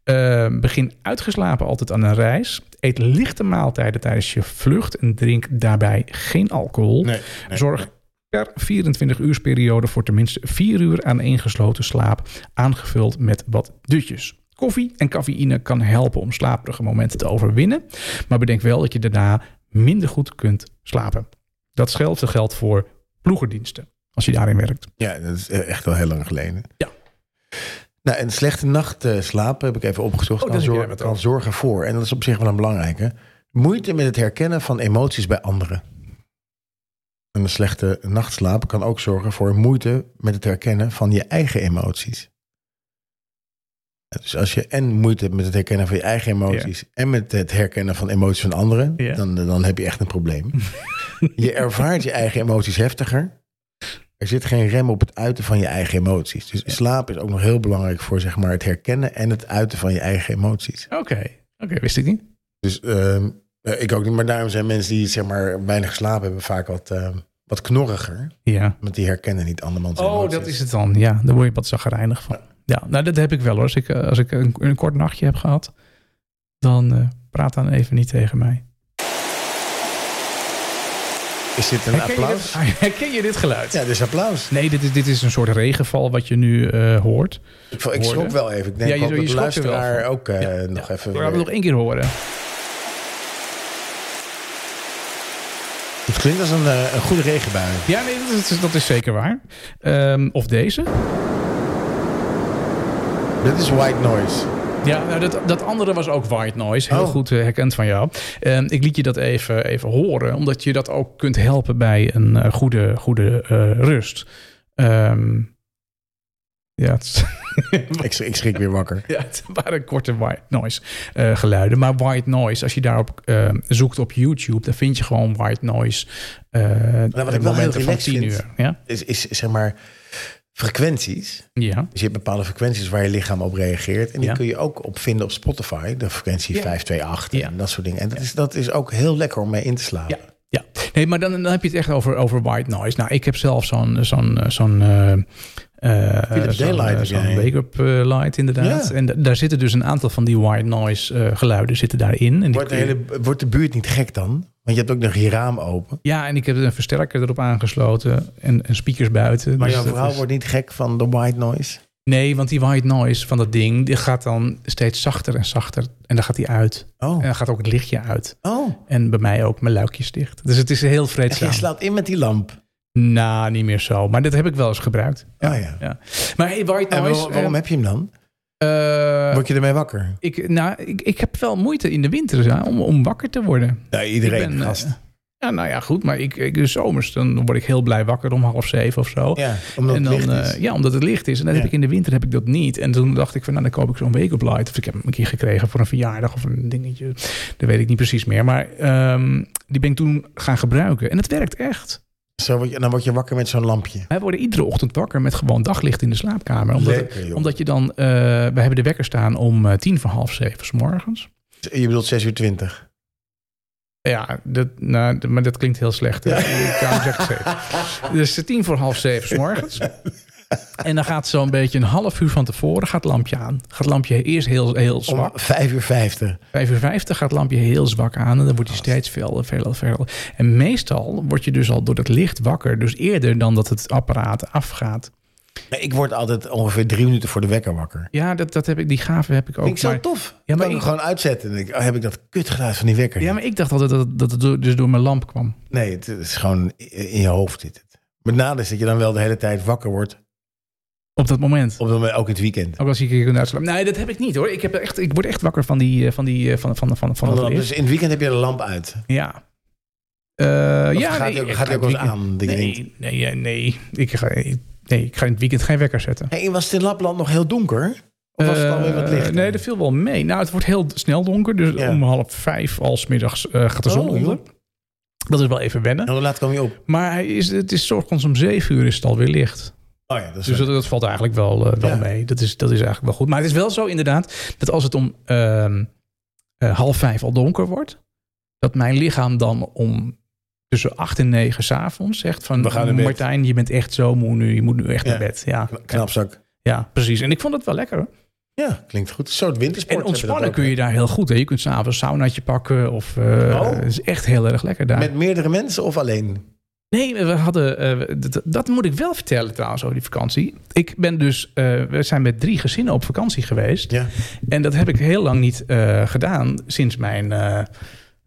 Eh, begin uitgeslapen altijd aan een reis. Eet lichte maaltijden tijdens je vlucht en drink daarbij geen alcohol. nee. nee. Zorg per 24 uur periode voor tenminste 4 uur aan één gesloten slaap, aangevuld met wat dutjes. Koffie en cafeïne kan helpen om slaperige momenten te overwinnen, maar bedenk wel dat je daarna minder goed kunt slapen. Datzelfde geldt voor ploegendiensten, als je daarin werkt. Ja, dat is eh, echt al heel lang geleden. Ja. Nou, een slechte nacht eh, slapen heb ik even opgezocht. Oh, daar kan, heb jij zorgen, wat kan zorgen voor. En dat is op zich wel een belangrijke. Moeite met het herkennen van emoties bij anderen. Een slechte nachtslaap kan ook zorgen voor moeite met het herkennen van je eigen emoties. Dus als je en moeite hebt met het herkennen van je eigen emoties en met het herkennen van emoties van anderen, Ja. dan, dan heb je echt een probleem. je ervaart je eigen emoties heftiger. Er zit geen rem op het uiten van je eigen emoties. Dus slaap is ook nog heel belangrijk voor zeg maar, het herkennen en het uiten van je eigen emoties. Oké, oké, wist ik niet. Dus ehm, eh, ik ook niet, maar daarom zijn mensen die zeg maar, weinig slaap hebben vaak wat, ehm, wat knorriger. Ja. Want die herkennen niet andermans Oh, emoties. dat is het dan. Ja, daar word je wat zagrijnig van. Ja, nou dat heb ik wel hoor. Als ik, eh, als ik een, een kort nachtje heb gehad, dan eh, praat dan even niet tegen mij. Is dit een Herken je, applaus? dit, herken je dit geluid? Ja, dit is applaus. Nee, dit is, dit is een soort regenval wat je nu eh, hoort. Ik, ik schrok wel even. Ik denk Ja, je- ook je dat de schrok er wel luisteraar van. ook eh, Ja, nog even... We gaan het nog één keer horen. Het klinkt als een, eh, een goede regenbui. Ja, nee, dat is, dat is zeker waar. Ehm, of deze. Dit is white noise. Ja, nou, dat, dat andere was ook white noise. Heel Oh. goed eh, herkend van jou. Ehm, ik liet je dat even, even horen, omdat je dat ook kunt helpen bij een eh, goede, goede eh, rust. Ehm, ja, het is- Ik, schrik- ik schrik weer wakker. Ja, het waren korte white noise eh, geluiden. Maar white noise, als je daarop eh, zoekt op YouTube, dan vind je gewoon white noise. eh Nou, wel heel momenten van relaxed 10 vind. uur. Ja? Is, is zeg maar frequenties. Ja. Dus je hebt bepaalde frequenties waar je lichaam op reageert. En die Ja. kun je ook op vinden op Spotify. De frequentie Ja. 528 Ja. en dat soort dingen. En dat, is, dat is ook heel lekker om mee in te slapen. Ja. Ja, nee, maar dan, dan heb je het echt over, over white noise. Nou, ik heb zelf zo'n zo'n eh, zo'n eh, eh, Philips zo'n, Daylight eh, heb zo'n jij. wake-up eh, light inderdaad. Ja. En da- daar zitten dus een aantal van die white noise eh, geluiden zitten daarin. En die Wordt, de kun je- hele, wordt de buurt niet gek dan? Want je hebt ook nog je raam open. Ja, en ik heb een versterker erop aangesloten en, en speakers buiten. Maar Dus jouw dat vrouw is- wordt niet gek van de white noise. Nee, want die white noise van dat ding, die gaat dan steeds zachter en zachter. En dan gaat die uit. Oh, En dan gaat ook het lichtje uit. oh. En bij mij ook mijn luikjes dicht. Dus het is heel En je vreedzaam. slaapt in met die lamp. Nou, niet meer zo. Maar dat heb ik wel eens gebruikt. Oh ja. Maar hey, white En noise... waarom, waarom eh, heb je hem dan? eh, Word je ermee wakker? ik, nou, ik, ik heb wel moeite in de winter ja, om, om wakker te worden. Ja, iedereen, ik ben, eh, gast. ja, nou ja, goed. Maar ik, ik, de zomers, dan word ik heel blij wakker om half zeven of zo. ja, omdat en het dan, licht is. eh, ja, omdat het licht is. En dat Ja. heb ik in de winter heb ik dat niet. En toen dacht ik van, nou, dan koop ik zo'n wake-up light. Of ik heb hem een keer gekregen voor een verjaardag of een dingetje. Dat weet ik niet precies meer. Maar ehm, die ben ik toen gaan gebruiken. En het werkt echt. Zo word je, dan word je wakker met zo'n lampje. Wij worden iedere ochtend wakker met gewoon daglicht in de slaapkamer. Omdat, Lekker, joh. omdat je dan, eh we hebben de wekker staan om eh, tien voor half zeven s morgens. Je bedoelt 6 uur 20. Ja, dat, nou, d- maar dat klinkt heel slecht. hè. Ik kan het echt zeggen. Dus tien voor half zeven 's morgens. En dan gaat zo'n beetje een half uur van tevoren gaat het lampje aan. Gaat het lampje eerst heel, heel zwak. Om vijf uur vijftig. 55 gaat het lampje heel zwak aan en dan wordt hij steeds veel, veel, veel. En meestal word je dus al door het licht wakker, dus eerder dan dat het apparaat afgaat. Nee, Ik word altijd ongeveer drie minuten voor de wekker wakker. Ja, dat, dat heb ik, die gave heb ik ook. Vind ik zo maar- tof. Ja, maar maar kan ik hem ik- gewoon uitzetten. En ik, oh, heb ik dat kutgeluid van die wekker? ja, maar ik dacht altijd dat, dat het door- dus door mijn lamp kwam. Nee, het is gewoon in je hoofd zit het. Met nadeel is dat je dan wel de hele tijd wakker wordt. Op dat moment. Op dat moment, ook in het weekend. Ook als ik hier kunt uitslapen. Nee, dat heb ik niet hoor. Ik, heb echt, ik word echt wakker van die eh, van die eh, van van van van Want dat dan- licht. dus in het weekend heb je de lamp uit. Ja. Eh, Of ja, gaat die nee, ook, ik gaat ga die ook wel eens het weekend- aan? dat je denkt, Nee, nee, ja, nee. Ik ga, nee, ik ga in het weekend geen wekker zetten. hey, was het in Lapland nog heel donker? Of was het alweer wat Eh, licht? nee, dat viel wel mee. Nou, het wordt heel snel donker. Dus Ja. om half vijf al 's middags eh, gaat de zon Oh, onder. Dat is wel even wennen. En hoe laat kwam je op? Maar hij is, het is ochtends om zeven uur is het alweer licht. Oh ja, dat is Dus dat, dat valt eigenlijk wel, eh, wel Ja. mee. Dat is, dat is eigenlijk wel goed. Maar het is wel zo inderdaad dat als het om ehm, eh, half vijf al donker wordt, dat mijn lichaam dan om tussen acht en negen s'avonds zegt van We gaan naar bed. Martijn, je bent echt zo moe nu, je moet nu echt Ja. naar bed. Ja, knapzak. ja, precies. En ik vond het wel lekker. hoor. Ja, klinkt goed. Zo het wintersport. En heb dat ontspannen ook. kun je daar heel goed. Hè? Je kunt s'avonds een saunaatje pakken of eh, Oh. het is echt heel erg lekker daar. Met meerdere mensen of alleen? Nee, we hadden. eh, we- dat, dat moet ik wel vertellen trouwens over die vakantie. Ik ben dus. eh, we zijn met drie gezinnen op vakantie geweest. Ja. En dat heb ik heel lang niet eh, gedaan sinds mijn. eh,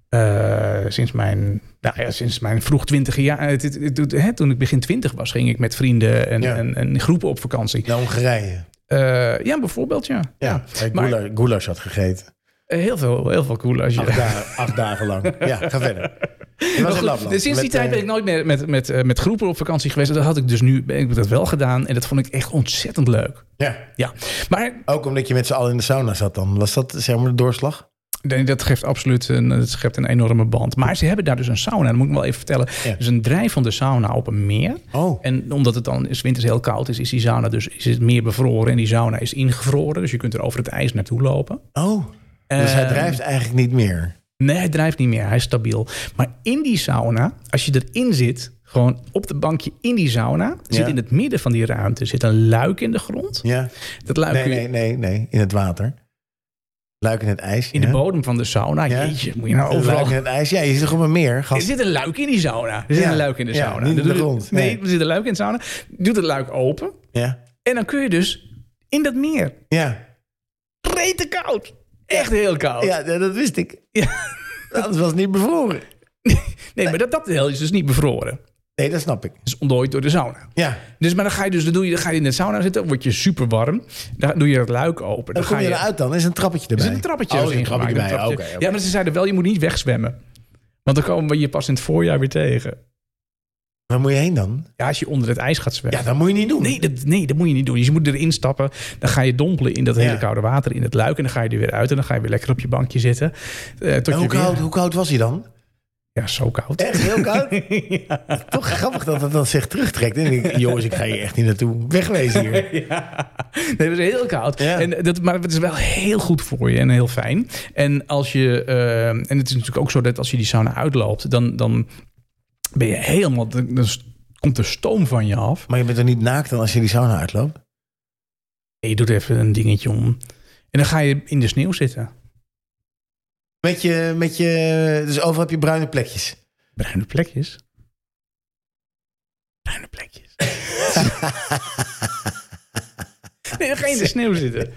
eh, sinds mijn, nou ja, sinds mijn vroeg twintig jaar. Het, het- het- het- hè, toen ik begin twintig was, ging ik met vrienden en, Ja. en, en groepen op vakantie. Naar Hongarije. Eh, ja, bijvoorbeeld, ja. Ja, ja. Maar- Goulash, goulash had gegeten. Eh, Heel veel, heel veel cool als je. Acht, dagen, acht dagen lang. Ja, ga verder. Je was Nou, in Maar goed, Lapland. dus sinds die Met, tijd eh, ben ik nooit meer met, met, eh, met groepen op vakantie geweest. En Dat had ik dus nu ben ik dat wel gedaan. En dat vond ik echt ontzettend leuk. Ja, Ja, maar ook omdat je met z'n allen in de sauna zat dan. Was dat zeg maar de doorslag? Nee, dat geeft absoluut een, dat schept een enorme band. Maar ze hebben daar dus een sauna, dat moet ik wel even vertellen. Ja. Dus een drijvende sauna op een meer. Oh, En omdat het dan is winters heel koud is, is die sauna dus is het meer bevroren. En die sauna is ingevroren, dus je kunt er over het ijs naartoe lopen. oh. dus hij Eh, drijft eigenlijk niet meer. Nee, hij drijft niet meer, hij is stabiel. Maar in die sauna, als je erin zit, gewoon op de bankje in die sauna, Ja. zit in het midden van die ruimte zit een luik in de grond. Ja. Dat luik Nee, kun nee, je- nee, nee. In het water. Luik in het ijs. in ja. de bodem van de sauna. Ja. Jeetje, moet je nou overal Luik in het ijs. Ja, je zit toch op een meer, Er gast. zit een luik in die sauna. Er zit Ja, een luik in de ja, sauna. niet in de Doe- grond, Nee. nee. er zit een luik in de sauna. Doet het luik open. Ja. En dan kun je dus in dat meer. Ja. Rete koud. Echt heel koud. ja, ja, dat wist ik. Ja. Anders was het niet bevroren. Nee, maar dat, dat deel is dus niet bevroren. Het Nee, dat snap ik. is ontdooid door de sauna. Ja. Dus, maar dan ga je dus, dan, doe je, dan ga je in de sauna zitten, word je super warm. Dan doe je dat luik open. Dan Dan kom ga je je. eruit dan. Is een trappetje erbij. Er zit een trappetje Oh, erin een trappetje gemaakt, erbij. een Oké. trappetje. oké. Ja, maar ze zeiden wel, je moet niet wegzwemmen. Want dan komen we je pas in het voorjaar weer tegen. Waar moet je heen dan? Ja, als je onder het ijs gaat zwemmen. Ja, dat moet je niet doen. Nee dat, nee, dat moet je niet doen. Dus je moet erin stappen. Dan ga je dompelen in dat Ja. hele koude water, in het luik. En dan ga je er weer uit. En dan ga je weer lekker op je bankje zitten. Eh, tot En hoe, je weer- koud, hoe koud was hij dan? Ja, zo koud. Echt heel koud? ja. Toch grappig dat het dan zich terugtrekt. En ik, jongens, ik ga hier echt niet naartoe. Wegwezen hier. Ja. Nee, dat is heel koud. Ja. En dat, maar het is wel heel goed voor je en heel fijn. En, als je, eh, en het is natuurlijk ook zo dat als je die sauna uitloopt... dan, dan ben je helemaal... Dan, dan komt de stoom van je af. Maar je bent er niet naakt dan als je die sauna uitloopt? En je doet even een dingetje om. En dan ga je in de sneeuw zitten. Met je, met je... Dus overal heb je bruine plekjes. Bruine plekjes. Bruine plekjes. nee, dan ga je in de sneeuw zitten.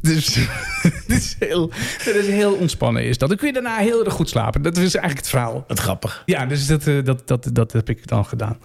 Dus dit is heel, dat is heel ontspannen is dat. Dan kun je daarna heel erg goed slapen. Dat is eigenlijk het verhaal. Wat grappig. Ja, dus dat, eh, dat, dat, dat heb ik dan gedaan.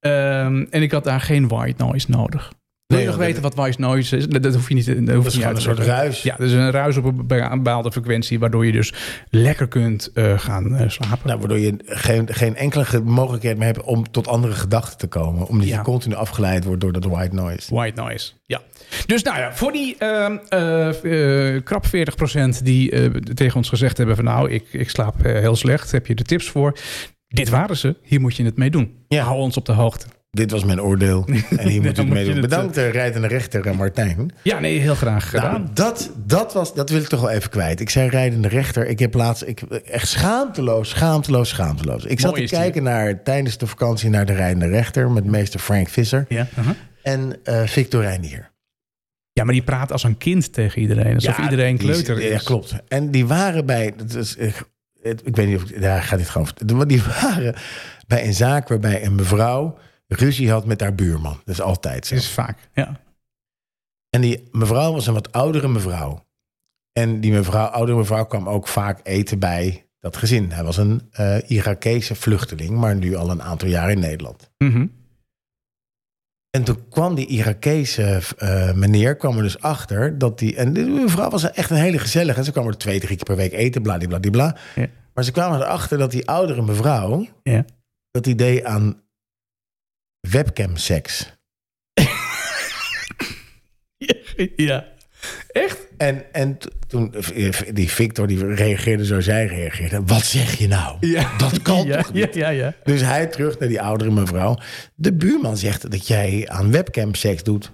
Ehm, en ik had daar geen white noise nodig. Wil je Nee, nog dat- weten wat white noise is? Dat, dat hoef je niet, dat hoef Dat is je niet gewoon uit een te soort leggen. ruis. Ja, dus een ruis op een bepaalde frequentie, waardoor je dus lekker kunt eh, gaan eh, slapen. Nou, waardoor je geen, geen enkele ge- mogelijkheid meer hebt om tot andere gedachten te komen. Omdat Ja. je continu afgeleid wordt door dat white noise. White noise, ja. Dus nou ja, voor die ehm, eh, eh, krap 40% die eh, tegen ons gezegd hebben van nou, ik, ik slaap eh, heel slecht, heb je de tips voor? Dit waren ze, hier moet je het mee doen. Ja. Hou ons op de hoogte. Dit was mijn oordeel. En hier moet u dan het moet mee je doen. het, Bedankt, eh, rijdende rechter eh, Martijn. Ja, nee, heel graag gedaan. Nou, dat, dat, was, dat wil ik toch wel even kwijt. Ik zei rijdende rechter. Ik heb laatst ik, echt schaamteloos, schaamteloos, schaamteloos. Ik zat Mooi te is die. kijken naar, tijdens de vakantie naar de rijdende rechter... met meester Frank Visser ja, Uh-huh. aha. en eh Victorijn hier. ja, maar die praat als een kind tegen iedereen. Alsof iedereen die is- kleuter is. Ja, klopt. En die waren bij... Dat is, eh, het- ik weet niet of... ik- Ja, ik ga dit gewoon... vertellen. Maar die waren bij een zaak waarbij een mevrouw ruzie had met haar buurman. Dat is altijd zo. is vaak. Ja. En die mevrouw was een wat oudere mevrouw. En die mevrouw, oudere mevrouw kwam ook vaak eten bij dat gezin. Hij was een eh Irakese vluchteling, maar nu al een aantal jaar in Nederland. Mhm. En toen kwam die Irakese eh, meneer kwam er dus achter dat die... En die mevrouw was echt een hele gezellige. Ze kwam er twee, drie keer per week eten, bladibladibla. Ja. Maar ze kwamen erachter dat die oudere mevrouw... Ja. dat die deed aan webcamseks. ja. Echt? En, en t- toen, eh, die Victor die reageerde zoals zij reageerde. Wat zeg je nou? Ja. Dat kan ja, toch niet? ja, ja, ja. Dus hij terug naar die oudere mevrouw. De buurman zegt dat jij aan webcam seks doet.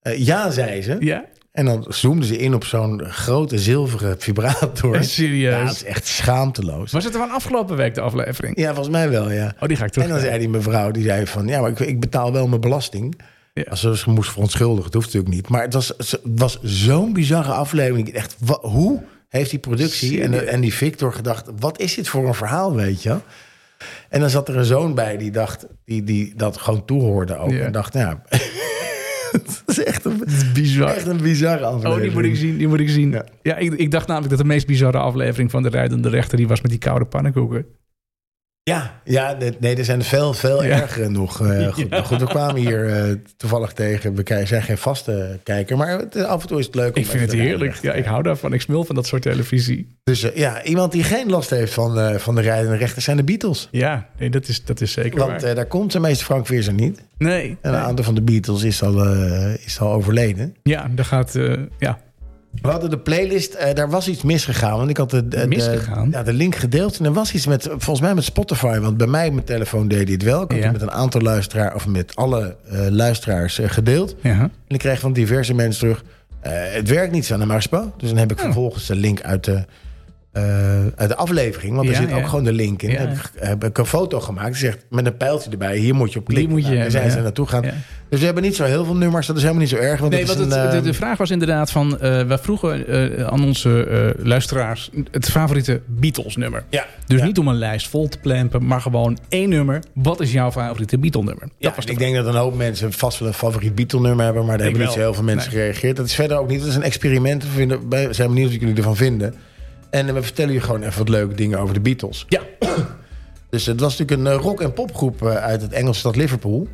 Eh, ja, zei ze. Ja, En dan zoomden ze in op zo'n grote zilveren vibrator. Eh, Ja, dat serieus. is echt schaamteloos. Was het er van afgelopen week de aflevering? Ja, volgens mij wel, ja. Oh, die ga ik terug. En dan zei die mevrouw, die zei van... ja, maar ik, ik betaal wel mijn belasting. Ja. Als ze ze moest verontschuldigen, dat hoeft natuurlijk niet. Maar het was, ze- het was zo'n bizarre aflevering. Echt, wa- hoe heeft die productie en, de- en die Victor gedacht... wat is dit voor een verhaal, weet je? En dan zat er een zoon bij die dacht... die, die dat gewoon toehoorde ook. Ja. En dacht, nou ja... het is echt een, Bizar. echt een bizarre aflevering. Oh, die moet ik zien, die moet ik zien. Ja, ik, ik dacht namelijk dat de meest bizarre aflevering van de rijdende rechter... die was met die koude pannenkoeken. Ja, ja nee, nee, er zijn er veel, veel Ja. ergere nog. eh, goed, maar goed, we kwamen hier eh, toevallig tegen. We ki- zijn geen vaste kijker, maar het- eh, af en toe is het leuk. om Ik vind even het naar de heerlijk. rechter te Ja, ik kijken. hou daarvan. Ik smul van dat soort televisie. Dus eh, ja, iemand die geen last heeft van, eh, van de rijdende rechter zijn de Beatles. Ja, nee, dat is, dat is zeker Want waar. eh, daar komt de meeste Frank Veerzer niet. nee. En eh, een aantal van de Beatles is al, eh, is al overleden. Ja, daar gaat... eh, ja. We hadden de playlist, eh, daar was iets misgegaan. Want ik had de, de- de- Misgegaan? ja, de link gedeeld. En er was iets met, volgens mij met Spotify. Want bij mij op mijn telefoon deed hij het wel. Ik had Ja. het met een aantal luisteraars, of met alle eh, luisteraars eh, gedeeld. ja. En ik kreeg van diverse mensen terug. eh, het werkt niet aan de Marspa. Dus dan heb ik Oh. vervolgens de link uit de, eh, uit de aflevering. Want er Ja, zit ook ja. gewoon de link in. Ja. Heb, ik, heb ik een foto gemaakt. Die zegt met een pijltje erbij. Hier moet je op Die klikken. Nou, moet je daar zijn hebben, ze ja. naartoe gaan. Ja. Dus we hebben niet zo heel veel nummers. Dat is helemaal niet zo erg. Want Nee, het is want het, een, de, eh, de vraag was inderdaad van... eh we vroegen eh, aan onze eh, luisteraars het favoriete Beatles-nummer. ja, Dus ja. niet om een lijst vol te plempen, maar gewoon één nummer. Wat is jouw favoriete Beatle-nummer? Ja, dat was de ik denk dat een hoop mensen vast wel een favoriet Beatle-nummer hebben, maar daar hebben niet wel. zo heel veel mensen gereageerd. Dat is verder ook niet. Dat is een experiment. We vinden- wij zijn benieuwd wat jullie ervan vinden. En eh, we vertellen je gewoon even wat leuke dingen over de Beatles. Ja. Dus het was natuurlijk een eh, rock- en popgroep eh, uit het Engelse stad Liverpool.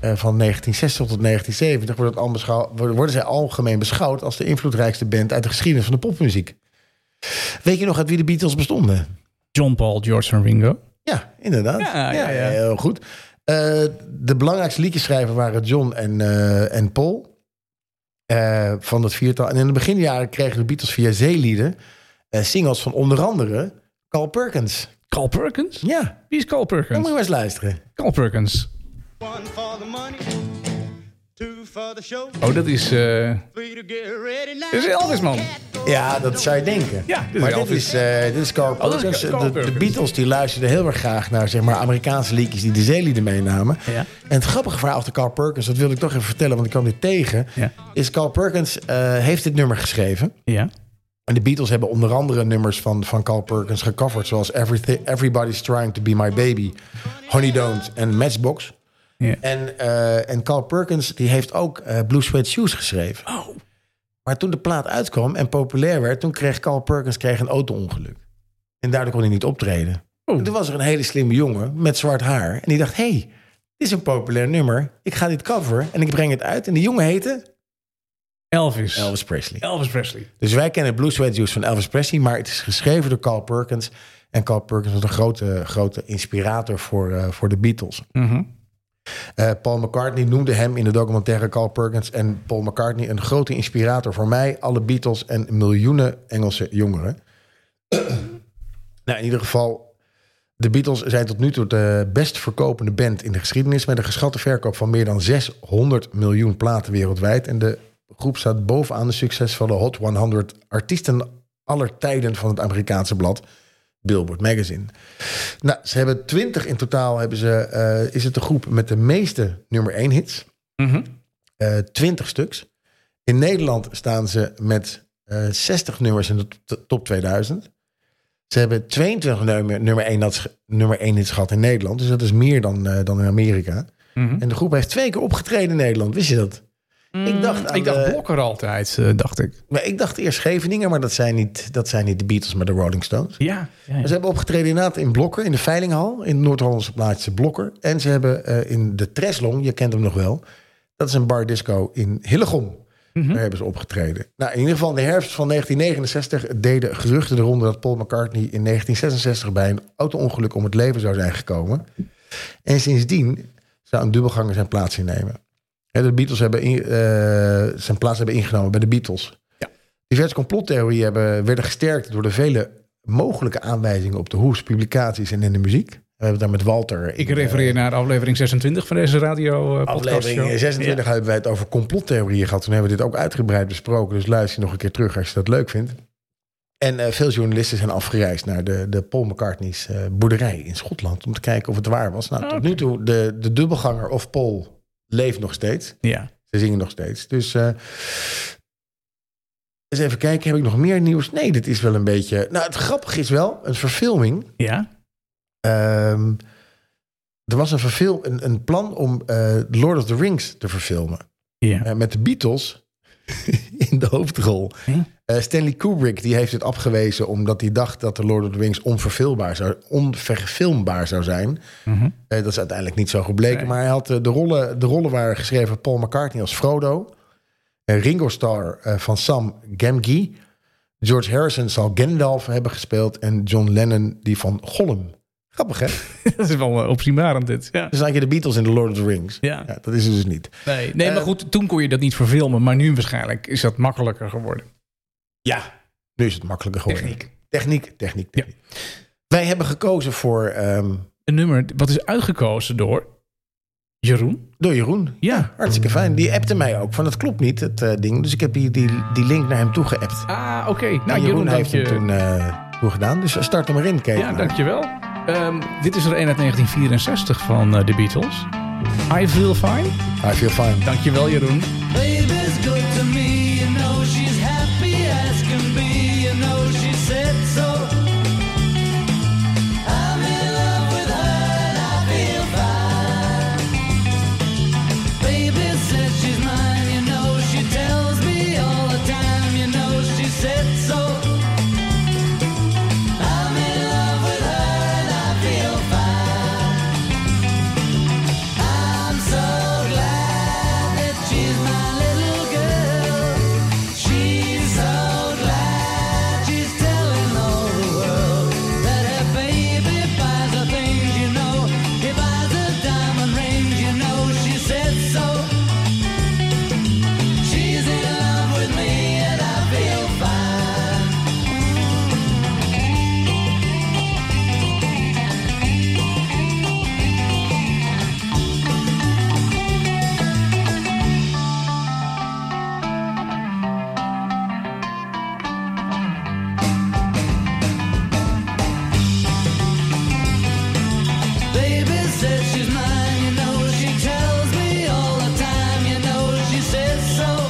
Eh, Van 1960 tot 1970 wordt het al beschouw- worden worden zij algemeen beschouwd als de invloedrijkste band uit de geschiedenis van de popmuziek. Weet je nog uit wie de Beatles bestonden? John Paul, George en Ringo. Ja, inderdaad. Ja, ja, ja. Heel goed. Eh, de belangrijkste liedjeschrijver waren John en, eh, en Paul. eh, van dat viertal. En in de beginjaren kregen de Beatles via zeelieden eh, singles van onder andere Carl Perkins. Carl Perkins? Ja, Wie is Carl dan moet je Perkins? Oh, maar eens luisteren. Carl Perkins. One for the money, two for the show, Oh, dat is... eh, three to get ready now. dat is Elvis, man. Ja, dat zou je denken. Ja, dit is maar dit Elvis. is, eh dit is Carl dat is Perkins. Carl de, de Perkins. Beatles die luisterden heel erg graag naar zeg maar, Amerikaanse liedjes die de zeelieden meenamen. Ja. En het grappige verhaal achter Carl Perkins, dat wilde ik toch even vertellen, want ik kwam dit tegen. Ja. Is Carl Perkins eh, heeft dit nummer geschreven. Ja. En de Beatles hebben onder andere nummers van, van Carl Perkins gecoverd. Zoals Everythi- Everybody's Trying to Be My Baby, Honey Don't en Matchbox. Ja. En, eh, en Carl Perkins die heeft ook eh, Blue Sweat Shoes geschreven. Oh. Maar toen de plaat uitkwam en populair werd... toen kreeg Carl Perkins kreeg een auto-ongeluk. En daardoor kon hij niet optreden. Oh. En toen was er een hele slimme jongen met zwart haar. En die dacht, hé, hey, dit is een populair nummer. Ik ga dit coveren en ik breng het uit. En die jongen heette Elvis. Elvis. Elvis Presley. Presley. Dus wij kennen Blue Sweat Juice van Elvis Presley, maar het is geschreven door Carl Perkins. En Carl Perkins was een grote, grote inspirator voor, eh, voor de Beatles. Mhm. Eh, Paul McCartney noemde hem in de documentaire Carl Perkins en Paul McCartney een grote inspirator voor mij, alle Beatles en miljoenen Engelse jongeren. nou, in ieder geval, De Beatles zijn tot nu toe de best verkopende band in de geschiedenis... met een geschatte verkoop van meer dan 600 miljoen platen wereldwijd. En de groep staat bovenaan de succesvolle Hot 100 artiesten aller tijden van het Amerikaanse blad... Billboard Magazine. Nou, ze hebben 20 in totaal. Hebben ze, eh, is het de groep met de meeste nummer 1 hits? Mhm. eh 20 stuks. In Nederland staan ze met eh 60 nummers in de t- top 2000. Ze hebben 22 nummer, nummer, 1, dat, is- nummer 1 hits gehad in Nederland. Dus dat is meer dan, eh, dan in Amerika. Mhm. En de groep heeft twee keer opgetreden in Nederland. Wist je dat? Ik dacht aan Mm, ik dacht de- Blokker altijd, eh, dacht ik. Maar ik dacht eerst Scheveningen, maar dat zijn niet, dat zijn niet de Beatles, maar de Rolling Stones. Ja. ja, Ze hebben opgetreden inderdaad in Blokker, in de Veilinghal, in het Noord-Hollandse plaatsje Blokker. En ze hebben eh, in de Treslong, je kent hem nog wel, dat is een bar disco in Hillegom. Mhm. Daar hebben ze opgetreden. Nou, in ieder geval in de herfst van 1969 deden geruchten de ronde dat Paul McCartney in 1966 bij een auto-ongeluk om het leven zou zijn gekomen. En sindsdien zou een dubbelganger zijn plaats innemen. Hè, de Beatles hebben in- eh, zijn plaats hebben ingenomen bij de Beatles. Ja. Diverse complottheorieën hebben, werden gesterkt door de vele mogelijke aanwijzingen op de hoes, publicaties en in de muziek. We hebben het daar met Walter. in Ik de- refereer naar aflevering 26 van deze radio eh podcast. Eh, Aflevering 26 hebben wij het over complottheorieën gehad. Toen hebben we dit ook uitgebreid besproken. Dus luister nog een keer terug als je dat leuk vindt. En eh, veel journalisten zijn afgereisd naar de, de Paul McCartney's eh, boerderij in Schotland. Om te kijken of het waar was. Nou, tot Oké. nu toe, de, de dubbelganger of Paul leeft nog steeds. Ja. Ze zingen nog steeds. Dus eh, eens even kijken, heb ik nog meer nieuws? Nee, dit is wel een beetje... Nou, het grappige is wel, een verfilming Ja. Ehm, er was een, verfil, een, een plan om eh, Lord of the Rings te verfilmen. Ja. Eh, met de Beatles in de hoofdrol. Hm? Eh, Stanley Kubrick die heeft dit afgewezen omdat hij dacht dat de Lord of the Rings onverfilmbaar zou, onverfilmbaar zou zijn. Mhm. Eh, dat is uiteindelijk niet zo gebleken. Nee. Maar hij had, eh, de, rollen, de rollen waren geschreven Paul McCartney als Frodo. eh, Ringo Starr eh, van Sam Gamgee. George Harrison zal Gandalf hebben gespeeld. En John Lennon die van Gollum. Grappig hè? dat is wel eh, opzienbarend dit. Ja. Dus dan had je de Beatles in The Lord of the Rings. Ja. Ja, dat is het dus niet. Nee, nee Eh, maar goed, toen kon je dat niet verfilmen. Maar nu waarschijnlijk is dat makkelijker geworden. Ja. Nu is het makkelijker geworden. Techniek. Techniek, techniek, techniek. Wij hebben gekozen voor ehm, Een nummer wat is uitgekozen door Jeroen. door Jeroen. Ja. Hartstikke fijn. Die appte mij ook van het klopt niet, het eh, ding. Dus ik heb die, die, die link naar hem toegeappt. Ah, oké. Nou, Nou, Jeroen, Jeroen, dank heeft je. hem toen eh, toen gedaan. Dus start hem erin, Kees. Ja, dankjewel. Ehm, dit is er een uit 1964 van eh, de Beatles. I Feel Fine. I feel fine. Dankjewel, Jeroen. Baby's good to me, you know she's happy as can be, you know she said so. I'm in love with her and I feel fine. Baby says she's mine, you know she tells me all the time, you know she said so. I'm in love with her and I feel fine. I'm so glad that she's my little girl. She's so glad she's telling all the world that her baby buys her things, you know. He buys her diamond rings, you know. She said so. She's in love with me and I feel fine. Baby says she's mine, you know she tells me all the time, you know she says so.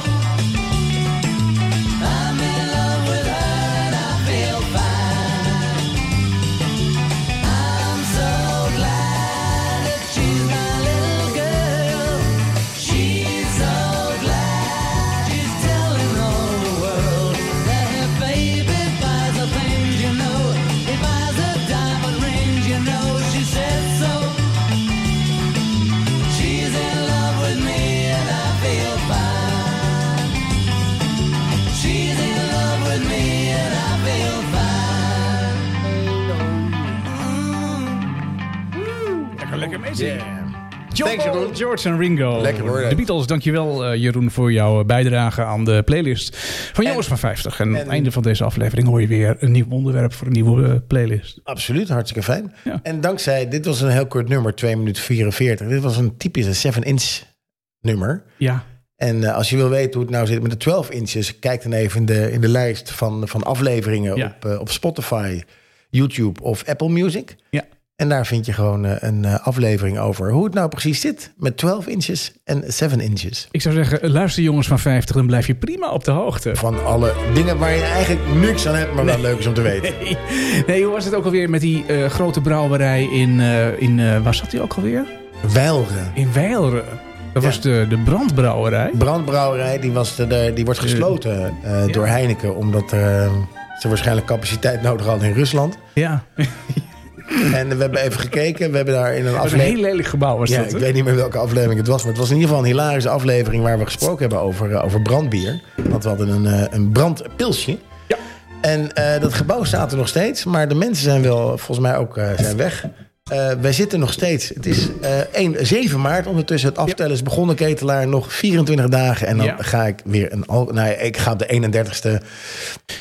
I'm in love with her and I feel fine. I'm so glad that she's my little girl. She's so glad she's telling all the world that her baby buys her things, you know. He buys her diamond rings, you know. She said so. She's in love with me and I feel fine. She's in love with me and I feel fine. Lekker, lekker mee zingen. Yeah. John Thanks, Jeroen. Paul, George en Ringo. Lekker hoor, hè. De Beatles, dankjewel eh, Jeroen voor jouw bijdrage aan de playlist van Jongens van 50. En, aan het en- einde van deze aflevering hoor je weer een nieuw onderwerp voor een nieuwe eh, playlist. Absoluut, hartstikke fijn. Ja. En dankzij, dit was een heel kort nummer, 2 minuten 44. Dit was een typische 7-inch nummer. Ja, En eh, als je wil weten hoe het nou zit met de 12 inches, kijk dan even in de, in de lijst van, van afleveringen Ja. op, eh, op Spotify, YouTube of Apple Music. Ja. En daar vind je gewoon eh, een eh, aflevering over hoe het nou precies zit met 12 inches en 7 inches. ik zou zeggen, luister Jongens van 50, dan blijf je prima op de hoogte. Van alle dingen waar je eigenlijk niks aan hebt, maar wel leuk is om te weten. Nee. Nee, hoe was het ook alweer met die eh, grote brouwerij in... eh, in eh, waar zat die ook alweer? Weilre. In Weilre. Dat Ja. was de, de brandbrouwerij. Brandbrouwerij, die, was de, de- die wordt gesloten eh, door Heineken, omdat eh, ze waarschijnlijk capaciteit nodig hadden in Rusland. Ja. En we hebben even gekeken, we hebben daar in een Dat was een aflevering... heel lelijk gebouw was Ja, dat. ik hè? weet niet meer welke aflevering het was. Maar het was in ieder geval een hilarische aflevering waar we gesproken hebben over, eh, over brandbier. Want we hadden een, eh, een brandpilsje. Ja. En eh, dat gebouw staat er nog steeds. Maar de mensen zijn wel, volgens mij ook, eh, zijn weg. Eh, wij zitten nog steeds. Het is eh 1, 7 maart ondertussen. Het aftellen is begonnen, ketelaar. Nog 24 dagen. En dan Ja. ga ik weer een... al- Nou, ja, ik ga op de 31ste.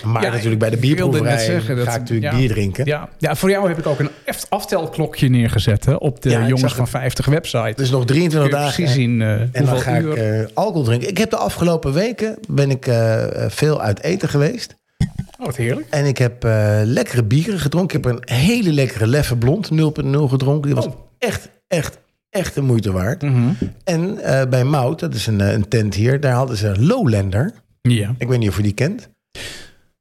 Maar Ja, natuurlijk bij de ik wilde net bierproeverij zeggen dat- ga ik natuurlijk ja. bier drinken. Ja. ja, voor jou heb ik ook een eft- aftelklokje neergezet hè, op de Ja, ik zag Jongens het. van 50 website. Dus nog 23 Kun je dagen. precies zien eh, En dan hoeveel ga ik uur. eh, alcohol drinken. Ik heb de afgelopen weken ben ik, eh, eh, veel uit eten geweest. oh, wat heerlijk. En ik heb eh, lekkere bieren gedronken. Ik heb een hele lekkere Leffe Blond 0.0 gedronken. Die was Oh. Mhm. echt, echt, echt de moeite waard. En eh, bij Mout, dat is een, eh, een tent hier, daar hadden ze Lowlander. Ja. Ik weet niet of je die kent.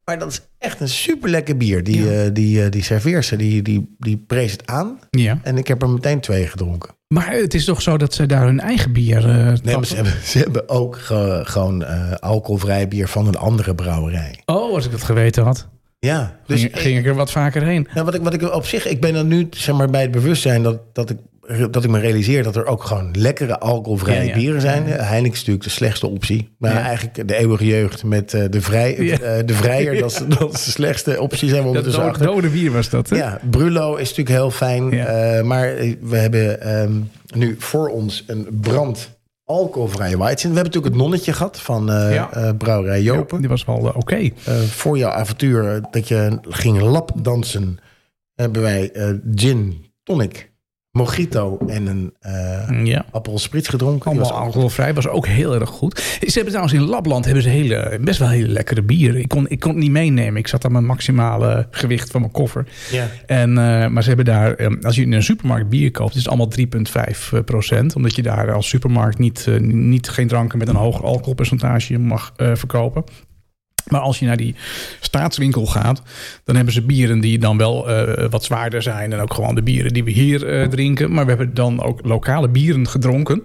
Maar dat is echt een super lekker bier. Die, eh die, eh, die serveerse, die, die, die prees het aan. ja. En ik heb er meteen twee gedronken. Maar het is toch zo dat ze daar hun eigen bier... eh, Nee, tappen? maar ze hebben, ze hebben ook ge- gewoon eh, alcoholvrij bier van een andere brouwerij. Oh, als ik dat geweten had, Ja, dus dus ging, ging ik er wat vaker heen. nou, wat, ik, wat ik op zich, ik ben dan nu zeg maar, bij het bewustzijn dat, dat, ik, dat ik me realiseer dat er ook gewoon lekkere alcoholvrije Ja, ja. bieren zijn. Heineken is natuurlijk de slechtste optie. Maar Ja. eigenlijk de eeuwige jeugd met eh, de, vrij, Ja. eh, de vrijer, dat, is, dat is de slechtste optie zijn we Dat ondertussen dode, achter. dode bier was dat, hè? Ja, Brulo is natuurlijk heel fijn. Ja. eh, maar we hebben ehm, nu voor ons een brand alcoholvrije white. Gin. We hebben natuurlijk het nonnetje gehad van eh, Ja. eh, Brouwerij Jopen. Die was wel eh, oké. Eh, voor jouw avontuur eh, dat je ging lapdansen, hebben wij eh, gin, tonic, mojito en een eh Ja. appelsprits gedronken. Die Allemaal was ook- alcoholvrij, was ook heel erg goed. Ze hebben trouwens in Lapland hebben ze hele, best wel hele lekkere bieren. Ik kon, ik kon het niet meenemen. Ik zat aan mijn maximale gewicht van mijn koffer. Ja. En, eh, maar ze hebben daar, eh, als je in een supermarkt bier koopt, is het allemaal 3,5 procent. Omdat je daar als supermarkt niet, eh, niet geen dranken met een hoger alcoholpercentage mag eh, verkopen. Maar als je naar die staatswinkel gaat, dan hebben ze bieren die dan wel eh, wat zwaarder zijn. En ook gewoon de bieren die we hier eh, drinken. Maar we hebben dan ook lokale bieren gedronken.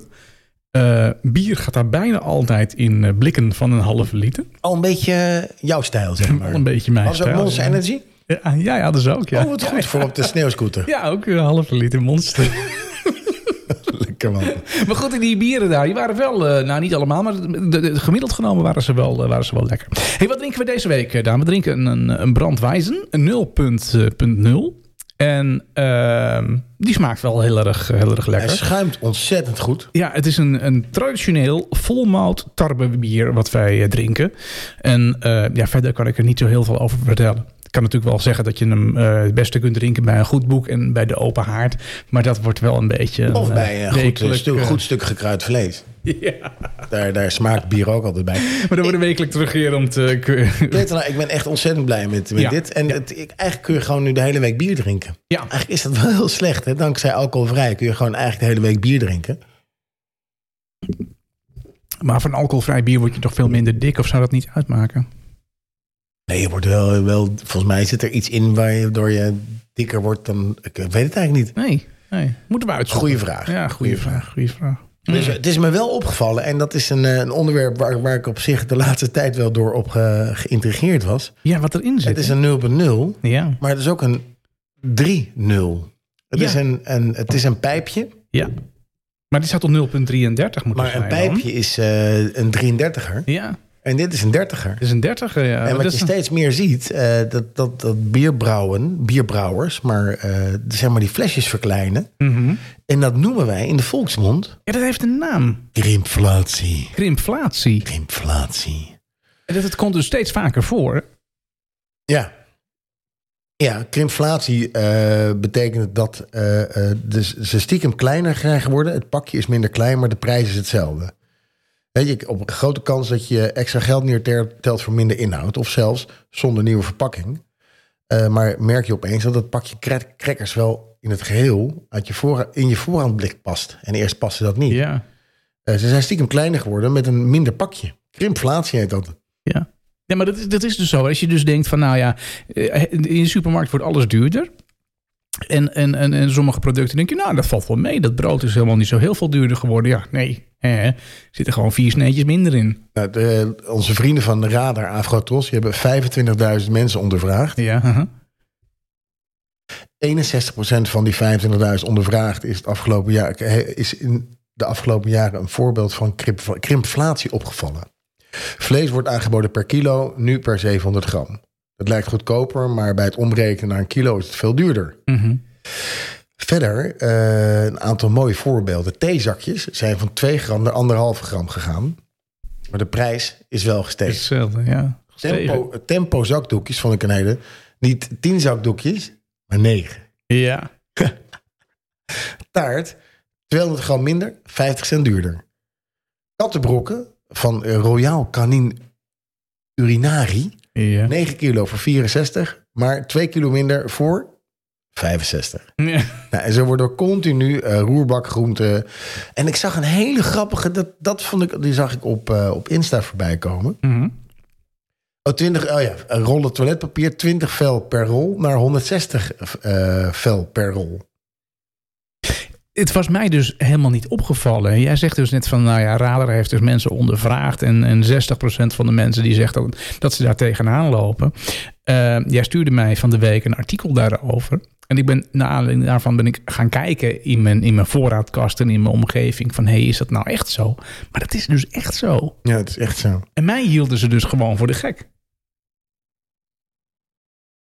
Eh, bier gaat daar bijna altijd in eh, blikken van een halve liter. Al een beetje jouw stijl, zeg maar. Al een beetje mijn Was ook stijl. Monster Energy? Ja, ah, ja, ja, dat is ook. Ja. Oh, wat goed voor op de sneeuwscooter. Ja, ook een halve liter monster. Lekker man. maar goed, in die bieren daar, die waren wel, eh, nou niet allemaal, maar de, de- gemiddeld genomen waren ze wel, eh, waren ze wel lekker. hey, wat drinken we deze week, eh, Daan? We drinken een, een brandwijzen, een 0.0. En ehm, die smaakt wel heel erg, heel erg Hij lekker. schuimt ontzettend goed. Ja, het is een, een traditioneel volmout tarwebier wat wij eh, drinken. En eh, ja, verder kan ik er niet zo heel veel over vertellen. Ik kan natuurlijk wel zeggen dat je hem eh, het beste kunt drinken bij een goed boek en bij de open haard. Maar dat wordt wel een beetje... een, Of eh, bij een goed, wekelijk, stuk, eh, goed stuk gekruid vlees. Ja, Daar, daar smaakt bier ook altijd bij. maar dan worden wekelijk terugkerend. eh, ke- Peter, ik ben echt ontzettend blij met, met Ja. dit. En het, ik, eigenlijk kun je gewoon nu de hele week bier drinken. Ja. Eigenlijk is dat wel heel slecht. Hè? Dankzij alcoholvrij kun je gewoon eigenlijk de hele week bier drinken. Maar van alcoholvrij bier word je toch veel minder dik of zou dat niet uitmaken? Nee, je wordt wel, wel... Volgens mij zit er iets in waardoor je dikker wordt dan... Ik weet het eigenlijk niet. Nee, nee. Moeten we uitzoeken. Goeie vraag. Ja, goede vraag, goede vraag. Dus het is me wel opgevallen. En dat is een, eh, een onderwerp waar, waar ik op zich de laatste tijd wel door op ge- geïntrigeerd was. Ja, wat erin zit. Het is een 0,0, hè? Ja, maar het is ook een 3,0. Het, Ja. is een, een, het is een pijpje, ja. Maar die zou tot 0,33 moeten maar zijn een dan? pijpje is eh, een 33er. Ja. En dit is een dertiger. Het is een dertiger, ja. en Dat wat is je een- steeds meer ziet, eh, dat, dat, dat bierbrouwen, bierbrouwers, maar eh, zeg maar die flesjes verkleinen. Mhm. En dat noemen wij in de volksmond Ja, dat heeft een naam. krimflatie. Krimflatie. Krimflatie. En dat, dat komt dus steeds vaker voor. Ja. Ja, krimflatie eh, betekent dat eh, eh, de, ze stiekem kleiner krijgen worden. Het pakje is minder klein, maar de prijs is hetzelfde. Weet je, op een grote kans dat je extra geld neertelt voor minder inhoud. Of zelfs zonder nieuwe verpakking. Eh, maar merk je opeens dat dat pakje cra- crackers wel in het geheel uit je voorra- in je voorhandblik past. En eerst paste dat niet. Ja. Eh, ze zijn stiekem kleiner geworden met een minder pakje. Krimflatie heet dat. Ja. Ja, maar dat is, dat is dus zo. Als je dus denkt van, nou ja, eh, in de supermarkt wordt alles duurder. En, en, en, en sommige producten denk je, nou, dat valt wel mee. Dat brood is helemaal niet zo heel veel duurder geworden. Ja, nee. Hè, er zitten gewoon vier sneetjes minder in. Nou, de- onze vrienden van de Radar Afrotros, die hebben 25.000 mensen ondervraagd. Ja, uh-huh. haha. 61% van die 25.000 ondervraagd is, het afgelopen jaar, eh, is in de afgelopen jaren een voorbeeld van krimp- krimflatie opgevallen. Vlees wordt aangeboden per kilo, nu per 700 gram. Dat lijkt goedkoper, maar bij het omrekenen naar een kilo is het veel duurder. Mhm. Verder, eh, een aantal mooie voorbeelden. Theezakjes zijn van 2 gram naar 1,5 gram gegaan. Maar de prijs is wel Dat gestegen. is hetzelfde, ja. Tempo, tempo zakdoekjes vond ik een hele. Niet tien zakdoekjes, maar negen. Ja. Taart, 200 gram minder, 50 cent duurder. Kattenbrokken van eh, Royal Canin Urinari, Ja. 9 kilo voor 64, maar 2 kilo minder voor 65. Ja. Nou, en zo wordt er continu eh roerbakgroenten. En ik zag een hele grappige, dat, dat vond ik, die zag ik op, eh, op Insta voorbij komen. Mhm. Oh, 20, oh ja, een rollen toiletpapier, 20 vel per rol naar 160 eh vel per rol. Het was mij dus helemaal niet opgevallen. Jij zegt dus net van, nou ja, Radar heeft dus mensen ondervraagd. En, en 60% van de mensen die zegt dat, dat ze daar tegenaan lopen. Eh, jij stuurde mij van de week een artikel daarover. En ik ben, naar aanleiding daarvan ben ik gaan kijken in mijn, in mijn voorraadkast en in mijn omgeving. Van, hé, hey, is dat nou echt zo? Maar dat is dus echt zo. Ja, het is echt zo. En mij hielden ze dus gewoon voor de gek.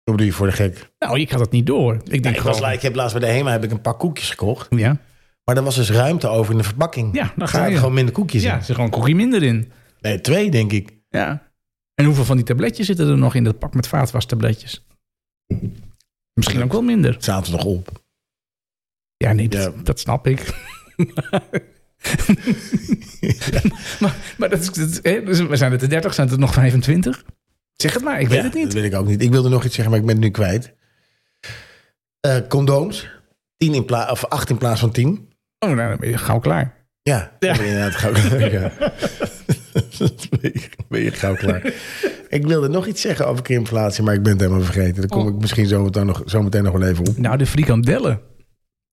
Hoe bedoel je voor de gek? Nou, Nou, ik had het niet door. Ik denk ik, gewoon, was, laat- ik heb laatst bij de HEMA heb ik een paar koekjes gekocht. Ja, Maar er was dus ruimte over in de verpakking. Ja, dan dan ga gaan je. er gewoon minder koekjes ja, in. er zit gewoon een koekje minder in. Nee, twee denk ik. Ja. En hoeveel van die tabletjes zitten er nog in dat pak met vaatwastabletjes? Misschien ook wel minder. Het zaten nog op. Ja, nee, dat, Ja. dat snap ik. maar maar dat, is- dat, hè, dus we zijn het de 30, zijn het er nog 25? Zeg het maar, ik weet Ja, het niet. Dat weet ik ook niet. Ik wilde nog iets zeggen, maar ik ben het nu kwijt. Eh, condooms, 10 in pla- of 8 in plaats van 10. Oh, nou, dan ben je gauw klaar. Ja, Ja. dat ben je inderdaad gauw klaar. Ja. Dan ben je- ben je gauw klaar. Ik wilde nog iets zeggen over krimflatie, maar ik ben het helemaal vergeten. Daar kom Oh. ik misschien zometeen nog, zometeen nog wel even op. Nou, de frikandellen.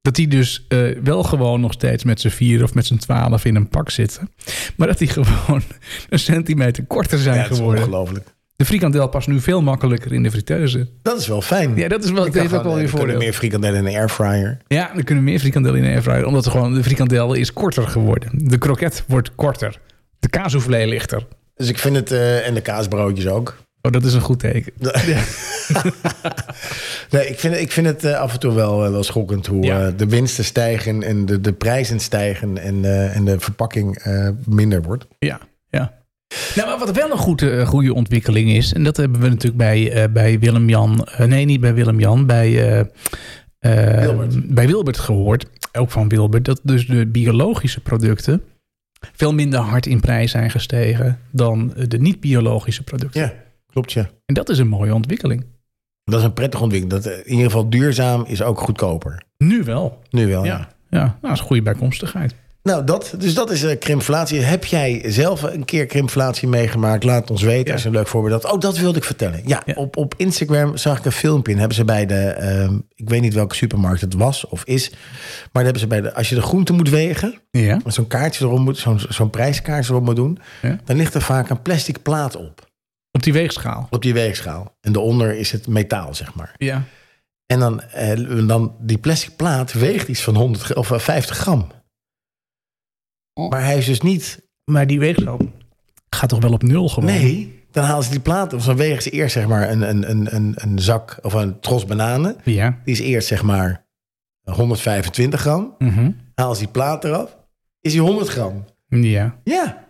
Dat die dus eh, wel gewoon nog steeds met z'n vier of met z'n twaalf in een pak zitten. Maar dat die gewoon een centimeter korter zijn Ja, het is geworden. ongelooflijk. De frikandel past nu veel makkelijker in de friteuse. Dat is wel fijn. Ja, dat is wel, Ik dat kan heeft ook gewoon, wel eh, weer er kunnen voordeel. meer frikandellen in een airfryer. Ja, er kunnen meer frikandellen in de airfryer. Omdat er gewoon, de frikandel is korter geworden. De kroket wordt korter. De kaassoufflé lichter. Dus ik vind het... eh, en de kaasbroodjes ook. Oh, dat is een goed teken. Nee, ik vind, ik vind het eh, af en toe wel, eh, wel schokkend hoe Ja. eh, de winsten stijgen... en de, de prijzen stijgen en, eh, en de verpakking eh, minder wordt. Ja, ja. Nou, maar wat wel een goede, goede ontwikkeling is... en dat hebben we natuurlijk bij, eh, bij Willem-Jan... eh, nee, niet bij Willem-Jan, bij, eh, eh, Wilbert. bij Wilbert gehoord. Ook van Wilbert. Dat dus de biologische producten... veel minder hard in prijs zijn gestegen... dan eh, de niet-biologische producten. Ja, klopt ja. En dat is een mooie ontwikkeling. Dat is een prettige ontwikkeling. Dat, eh, in ieder geval duurzaam is ook goedkoper. Nu wel. Nu wel, ja. Ja, ja. Nou, dat is een goede bijkomstigheid. Nou, dat, dus dat is eh, krimflatie. Heb jij zelf een keer krimflatie meegemaakt? Laat het ons weten. Ja. Dat is een leuk voorbeeld. Dat, oh, dat wilde ik vertellen. Ja, Ja. Op, op Instagram zag ik een filmpje. En hebben ze bij de, ehm, ik weet niet welke supermarkt het was of is. Maar dan hebben ze bij de, als je de groente moet wegen. Ja. met Zo'n kaartje erop moet, zo'n zo'n prijskaartje erop moet doen. Ja. Dan ligt er vaak een plastic plaat op. Op die weegschaal. Op die weegschaal. En daaronder is het metaal, zeg maar. Ja. En dan, eh, dan die plastic plaat weegt iets van 100, gra- of eh, 50 gram. Maar hij is dus niet Maar die weegschaal gaat toch wel op nul gewoon? Nee, dan halen ze die plaat. Of dan wegen ze eerst zeg maar een, een, een, een, een zak of een tros bananen. Ja. Die is eerst zeg maar 125 gram. Mhm. Haal ze die plaat eraf, is die 100 gram. Ja. Ja.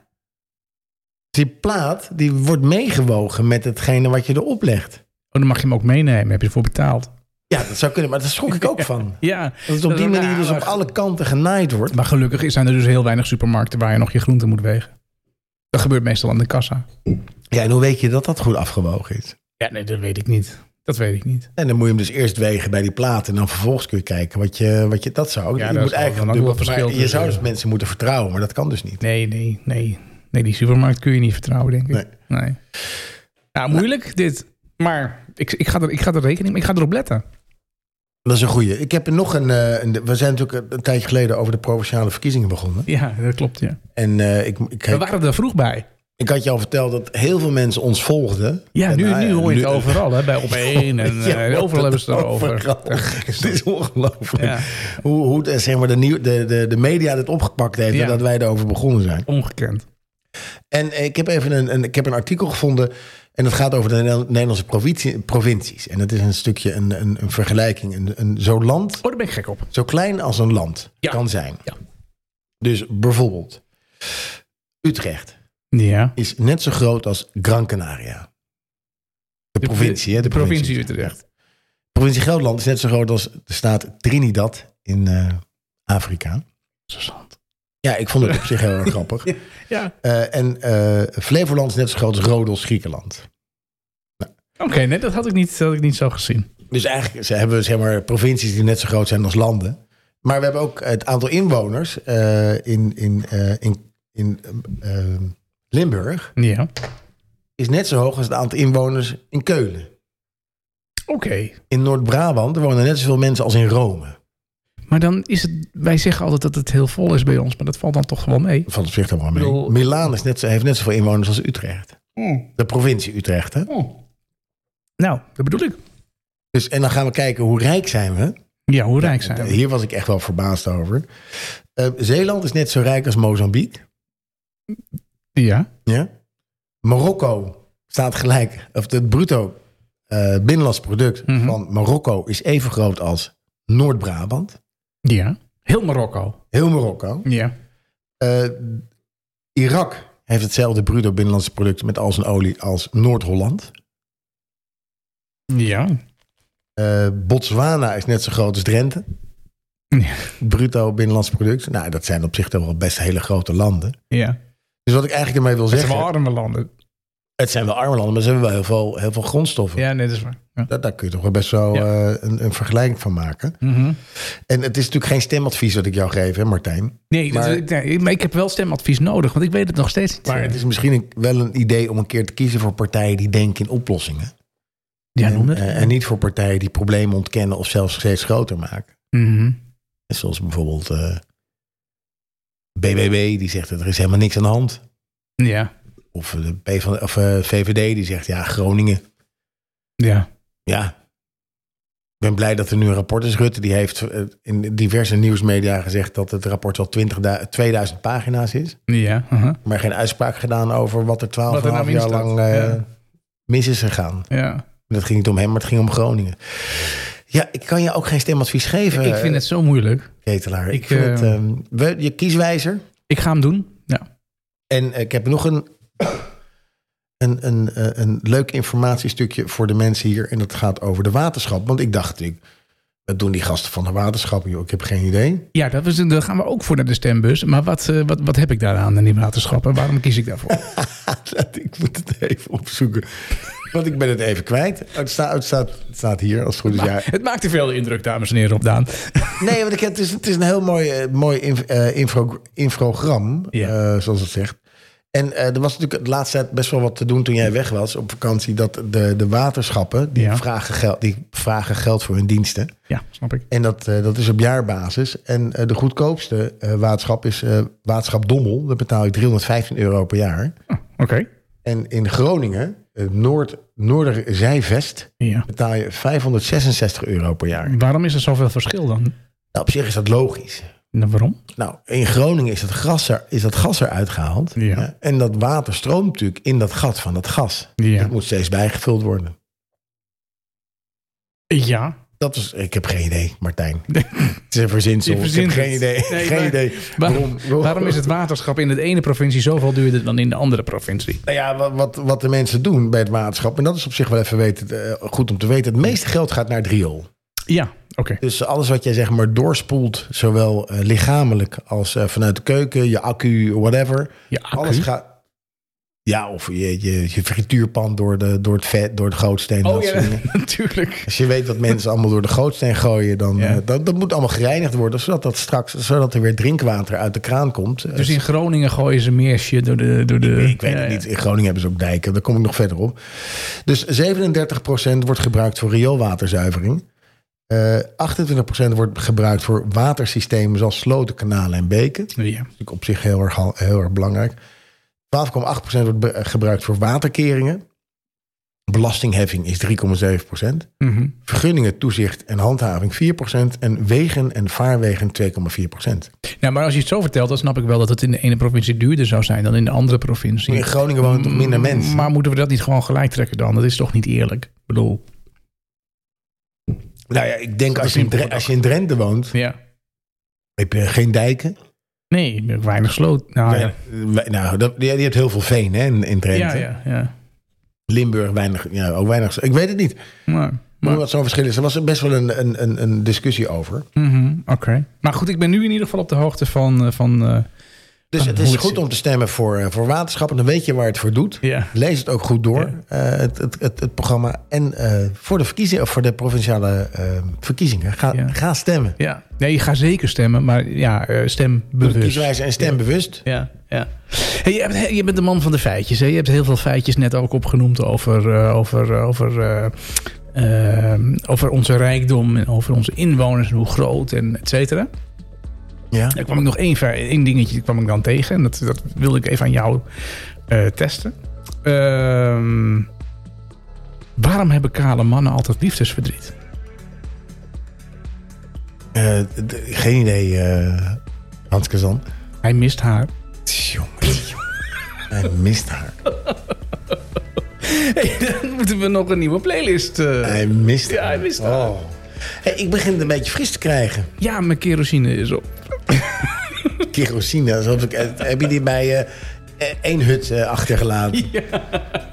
Die plaat die wordt meegewogen met hetgene wat je erop legt. Oh, dan mag je hem ook meenemen. Heb je ervoor betaald? Ja, dat zou kunnen, maar daar schrok ik ook van. Ja. Dat het op die manier dus op alle kanten genaaid wordt. Maar gelukkig zijn er dus heel weinig supermarkten waar je nog je groenten moet wegen. Dat gebeurt meestal aan de kassa. Ja, en hoe weet je dat dat goed afgewogen is? Ja, nee, dat weet ik niet. Dat weet ik niet. En dan moet je hem dus eerst wegen bij die plaat. En dan vervolgens kun je kijken wat je, wat je dat zou. ook. Ja, je daar moet is wel eigenlijk een dubbel ander verschil maar Je zou dus tussen. mensen moeten vertrouwen, maar dat kan dus niet. Nee, nee, nee. Nee, die supermarkt kun je niet vertrouwen, denk ik. Nee. Nou, moeilijk dit. Maar ik, ik, ga er, ik ga er rekening mee. Ik ga erop letten. Dat is een goeie. Ik heb er nog een, eh, een- We zijn natuurlijk een tijdje geleden over de provinciale verkiezingen begonnen. Ja, dat klopt, ja. En eh, ik, ik, We ik, waren er vroeg bij. had je al verteld dat heel veel mensen ons volgden. Ja, En, nu, nou nu hoor je het nu- overal, hè. Bij Opeen en Ja, eh, overal hebben ze het erover. overal. Het is ongelooflijk. Ja. Hoe, hoe de, zeg maar, de, nieuw, de, de, de media dit opgepakt heeft Ja. en dat wij erover begonnen zijn. Ongekend. En ik heb even een, een, ik heb een artikel gevonden. En dat gaat over de Nederla- Nederlandse provincie- provincies. En dat is een stukje een, een, een vergelijking. Een, een, zo land, Oh, daar ben ik gek op. zo klein als een land Ja. kan zijn. Ja. Dus bijvoorbeeld, Utrecht Ja. is net zo groot als Gran Canaria. De, provincie, hè? De provincie Utrecht. provincie Gelderland is net zo groot als de staat Trinidad in eh, Afrika. Interessant. Ja, ik vond het op zich heel erg grappig. Ja. Eh, en eh, Flevoland is net zo groot als Rodos, Griekenland. Oké, nee, dat had ik, niet, had ik niet zo gezien. Dus eigenlijk ze hebben we zeg maar, provincies die net zo groot zijn als landen. Maar we hebben ook het aantal inwoners eh, in, in, eh, in, in eh, eh, Limburg Ja. is net zo hoog als het aantal inwoners in Keulen. Oké. In Noord-Brabant wonen net zoveel mensen als in Rome. Maar dan is het... Wij zeggen altijd dat het heel vol is bij ons, maar dat valt dan toch wel mee. Van het zicht allemaal Ik bedoel- mee. Milaan is net, zo- heeft net zoveel inwoners als Utrecht. De provincie Utrecht. Hè? Oh. Mm, Nou, dat bedoel ik. Dus, en dan gaan we kijken hoe rijk zijn we. Ja, hoe rijk zijn we? Hier was ik echt wel verbaasd over. Eh, Zeeland is net zo rijk als Mozambique. Ja. Ja. Marokko staat gelijk, of het bruto eh, binnenlands product Mhm. van Marokko is even groot als Noord-Brabant. Ja. Heel Marokko. Heel Marokko. Ja. Eh, Irak heeft hetzelfde bruto binnenlands product met al zijn olie als Noord-Holland. Ja. Eh, Botswana is net zo groot als Drenthe. Ja. Bruto binnenlands product. Nou, dat zijn op zich toch wel best hele grote landen. Ja. Dus wat ik eigenlijk ermee wil Het zijn zeggen. wel arme landen. het zijn wel arme landen, maar ze hebben wel heel veel, heel veel grondstoffen. Ja, nee, dat is waar. Ja. Daar, daar kun je toch wel best wel eh, een, een vergelijking van maken. Mhm. En het is natuurlijk geen stemadvies wat ik jou geef, hè Martijn. Nee, dat Maar- is- nee, maar ik heb wel stemadvies nodig, want ik weet het nog steeds niet. Maar het is misschien een- wel een idee om een keer te kiezen voor partijen die denken in oplossingen. ja, noem het. En, eh, en niet voor partijen die problemen ontkennen of zelfs steeds groter maken. Mhm. Zoals bijvoorbeeld eh, BBB, die zegt dat er is helemaal niks aan de hand. Ja. Of, de P van, of eh, VVD, die zegt ja, Groningen. Ja. Ja. Ik ben blij dat er nu een rapport is. Rutte die heeft eh, in diverse nieuwsmedia gezegd dat het rapport wel 20, 2000 pagina's is. Ja. aha. maar geen uitspraak gedaan over wat er Wat twaalf er nou in jaar staat, lang eh, ja. mis is gegaan. ja. Dat ging niet om hem, maar het ging om Groningen. Ja, ik kan je ook geen stemadvies geven, Ik vind het zo moeilijk. Ketelaar. Ik, ik, vind het, eh, ehm, we, je kieswijzer. Ik ga hem doen. Ja. En eh, ik heb nog een, een, een, eh, een leuk informatiestukje voor de mensen hier. En dat gaat over de waterschap. Want ik dacht, ik, wat doen die gasten van de waterschap? Joh, ik heb geen idee. Ja, dat was, daar gaan we ook voor naar de stembus. Maar wat, eh, wat, wat heb ik daaraan in die waterschappen? Waarom kies ik daarvoor? Laat- ik moet het even opzoeken. Want ik ben het even kwijt. Oh, Het staat, het staat, het staat hier, als het goed is. Ja, Het maakte veel indruk, dames en heren, op Daan. Nee, want ik heb, het, is, het is een heel mooi, eh, mooi inf- eh, infro, infrogram, Ja. eh, zoals het zegt. En eh, er was natuurlijk de laatste tijd best wel wat te doen toen jij weg was op vakantie. Dat de, de waterschappen, die, Ja. vragen geld, die vragen geld voor hun diensten. Ja, snap ik. En dat, eh, dat is op jaarbasis. En eh, de goedkoopste eh, waterschap is eh, waterschap Dommel. Daar betaal je 315 euro per jaar. Oh, Oké. En in Groningen, het Noord, Noorderzijvest, Ja. betaal je 566 euro per jaar. Waarom is er zoveel verschil dan? Nou, op zich is dat logisch. Nou, waarom? Nou, in Groningen is dat gas, er, is dat gas eruit gehaald. Ja. hè? En dat water stroomt natuurlijk in dat gat van dat gas. Ja. Dat moet steeds bijgevuld worden. Ja. Dat was, ik heb geen idee, Martijn. Het is een verzinsel. Je Ik heb verzint geen het. idee. Nee, geen maar- idee. Waarom, waarom is het waterschap in de ene provincie zoveel duurder dan in de andere provincie? Nou ja, wat, wat, wat de mensen doen bij het waterschap. En dat is op zich wel even weten, eh, goed om te weten. Het meeste geld gaat naar het riool. Ja, oké. Dus alles wat jij zeg maar doorspoelt, zowel eh, lichamelijk als eh, vanuit de keuken, je accu, whatever. Je accu? Alles gaat. Ja, of je, je, je frituurpan door, de, door het vet, door de gootsteen. dat Oh soort ja, dingen. natuurlijk. Als je weet wat mensen allemaal door de gootsteen gooien, dan Ja. eh, dat, dat moet allemaal gereinigd worden, zodat dat straks, zodat er weer drinkwater uit de kraan komt. Eh, Dus in Groningen gooien ze meer shit door de... Door de ik weet Ja, het ja. niet. In Groningen hebben ze ook dijken. Daar kom ik nog verder op. Dus 37% wordt gebruikt voor rioolwaterzuivering. Eh 28% wordt gebruikt voor watersystemen zoals sloten, kanalen en beken. Dat is Ja. natuurlijk op zich heel erg, hal- heel erg belangrijk. 12,8% wordt be- eh, gebruikt voor waterkeringen. Belastingheffing is 3,7%. Mhm. Vergunningen, toezicht en handhaving 4%. En wegen en vaarwegen 2,4%. Nou, maar als je het zo vertelt, dan snap ik wel dat het in de ene provincie duurder zou zijn dan in de andere provincie. In Groningen wonen toch minder mensen? Mm, Maar moeten we dat niet gewoon gelijk trekken dan? Dat is toch niet eerlijk? Ik bedoel, Nou ja, ik denk als je, in simpel Dre- gedacht. als je in Drenthe woont, ja. heb je geen dijken. Nee, ik heb weinig sloot. Nou, ja. We- Nou, dat, die, die hebt heel veel veen hè, in, in Drenthe. Ja, ja, ja. Limburg weinig, ja, ook weinig. Ik weet het niet. Maar, Maar maar, wat zo'n verschil is, er was er best wel een, een, een, een discussie over. mhm, Oké. Maar goed, ik ben nu in ieder geval op de hoogte van... eh, van eh, Dus Ah, het hoe is het goed zit. om te stemmen voor, eh, voor waterschap. En dan weet je waar het voor doet. ja. Lees het ook goed door, eh, het, het, het, het programma. En eh, voor, de verkiezingen, of voor de provinciale eh, verkiezingen, ga, Ja. ga stemmen. ja. Nee, ga zeker stemmen, maar ja, eh, stem bewust. Kieswijs en stembewust. Ja, ja. Hey, je, hebt- je bent de man van de feitjes. Hè? Je hebt heel veel feitjes net ook opgenoemd over, eh, over, over, eh, eh, over onze rijkdom en over onze inwoners en hoe groot en et cetera. Ja. Daar kwam ik nog één, ver- één dingetje kwam ik dan tegen. En dat, dat wilde ik even aan jou eh, testen. Ehm, waarom hebben kale mannen altijd liefdesverdriet? Eh, d- geen idee, eh Hans Kazan. Hij mist haar. Jongens, hij mist haar. dan moeten we nog een nieuwe playlist... eh, Hij mist Ja, hij mist haar. Oh. Hey, ik begin het een beetje fris te krijgen. Ja, mijn kerosine is op. Kerosine, alsof ik, eh, heb je die bij eh, één hut eh, achtergelaten?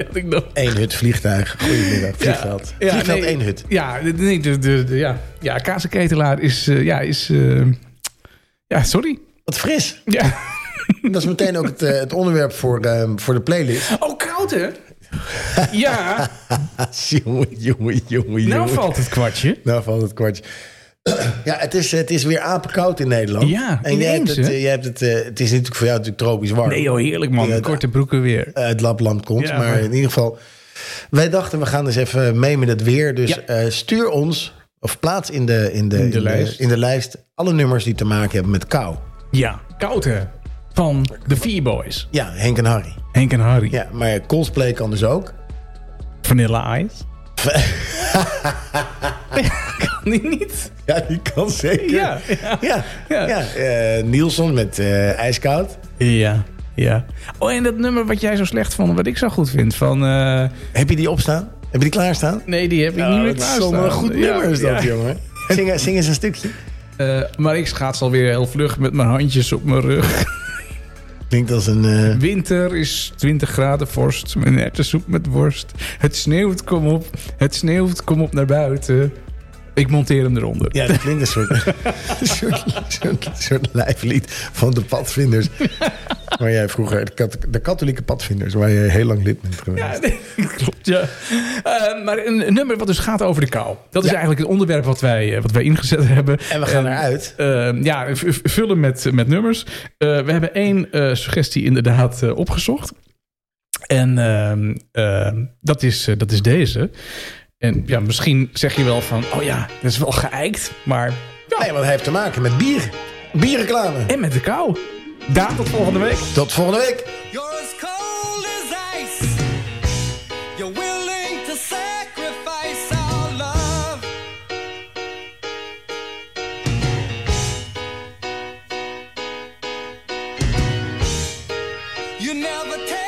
Had ik nog. Eén hut, vliegtuig. Goedemiddag, vliegveld. Ja, vliegveld, nee. één hut. Ja, de- nee, de, de, de- ja. ja kazenketelaar is... eh, ja, is eh, ja, sorry. Wat fris. Ja. Dat is meteen ook het, eh, het onderwerp voor, eh, voor de playlist. Oh, koud, hè? Ja, Ah, jongen, jongen, jongen, nou jongen. valt het kwartje. Nou valt het kwartje. Ja, het is, eh, het is weer apenkoud in Nederland. Ja, en jij ineens, hebt het, hè? eh, jij hebt het, eh, het is natuurlijk voor jou natuurlijk tropisch warm. Nee, joh, heerlijk, man. Ja, De korte broeken weer. uit eh, Lapland komt. Ja. maar in ieder geval, wij dachten we gaan eens even mee met het weer. Dus Ja. eh, stuur ons of plaats in de, in, de, in, de lijst. in de lijst alle nummers die te maken hebben met kou. Ja, koud, hè? Van de Vier Boys. Ja, Henk en Harry. Henk en Harry. Ja, maar Coldplay kan dus ook. Vanilla Ice. kan die niet? Ja, die kan zeker. Ja, ja. Ja, ja. Ja. eh, Nielsen met eh, IJskoud. Ja, ja. Oh, en dat nummer wat jij zo slecht vond, wat ik zo goed vind, van... eh, Heb je die opstaan? Heb je die klaarstaan? Nee, die heb ik niet meer klaarstaan. Nou, een goed Ja, nummer is dat, ja. jongen. Zing, zing eens een stukje. Eh, maar ik schaats alweer heel vlug met mijn handjes op mijn rug. Klinkt als een... eh, Winter is 20 graden vorst. Mijn erwtensoep met worst. Het sneeuwt, kom op. Het sneeuwt, kom op naar buiten. Ik monteer hem eronder. Ja, dat klinkt een soort, een soort, soort, soort lijflied van de padvinders. Maar jij vroeger, de, kat- de katholieke padvinders, waar je heel lang lid bent geweest. Ja, nee, klopt, ja. Eh, maar een, een nummer wat dus gaat over de kou. Dat is Ja. eigenlijk het onderwerp wat wij, eh, wat wij ingezet hebben. En we gaan eruit. eh, ja, v- v- vullen met, met nummers. Eh, we hebben één eh, suggestie inderdaad eh, opgezocht. En ehm, ehm, dat, is, eh, dat is deze. En ja, misschien zeg je wel van... Oh ja, dat is wel geëikt, maar... Ja, Nee, want hij heeft te maken met bier. Bierreclame. en met de kou. Daar tot volgende week. Tot volgende week. You're as cold as ice. You're willing to sacrifice our love. You never take Oh,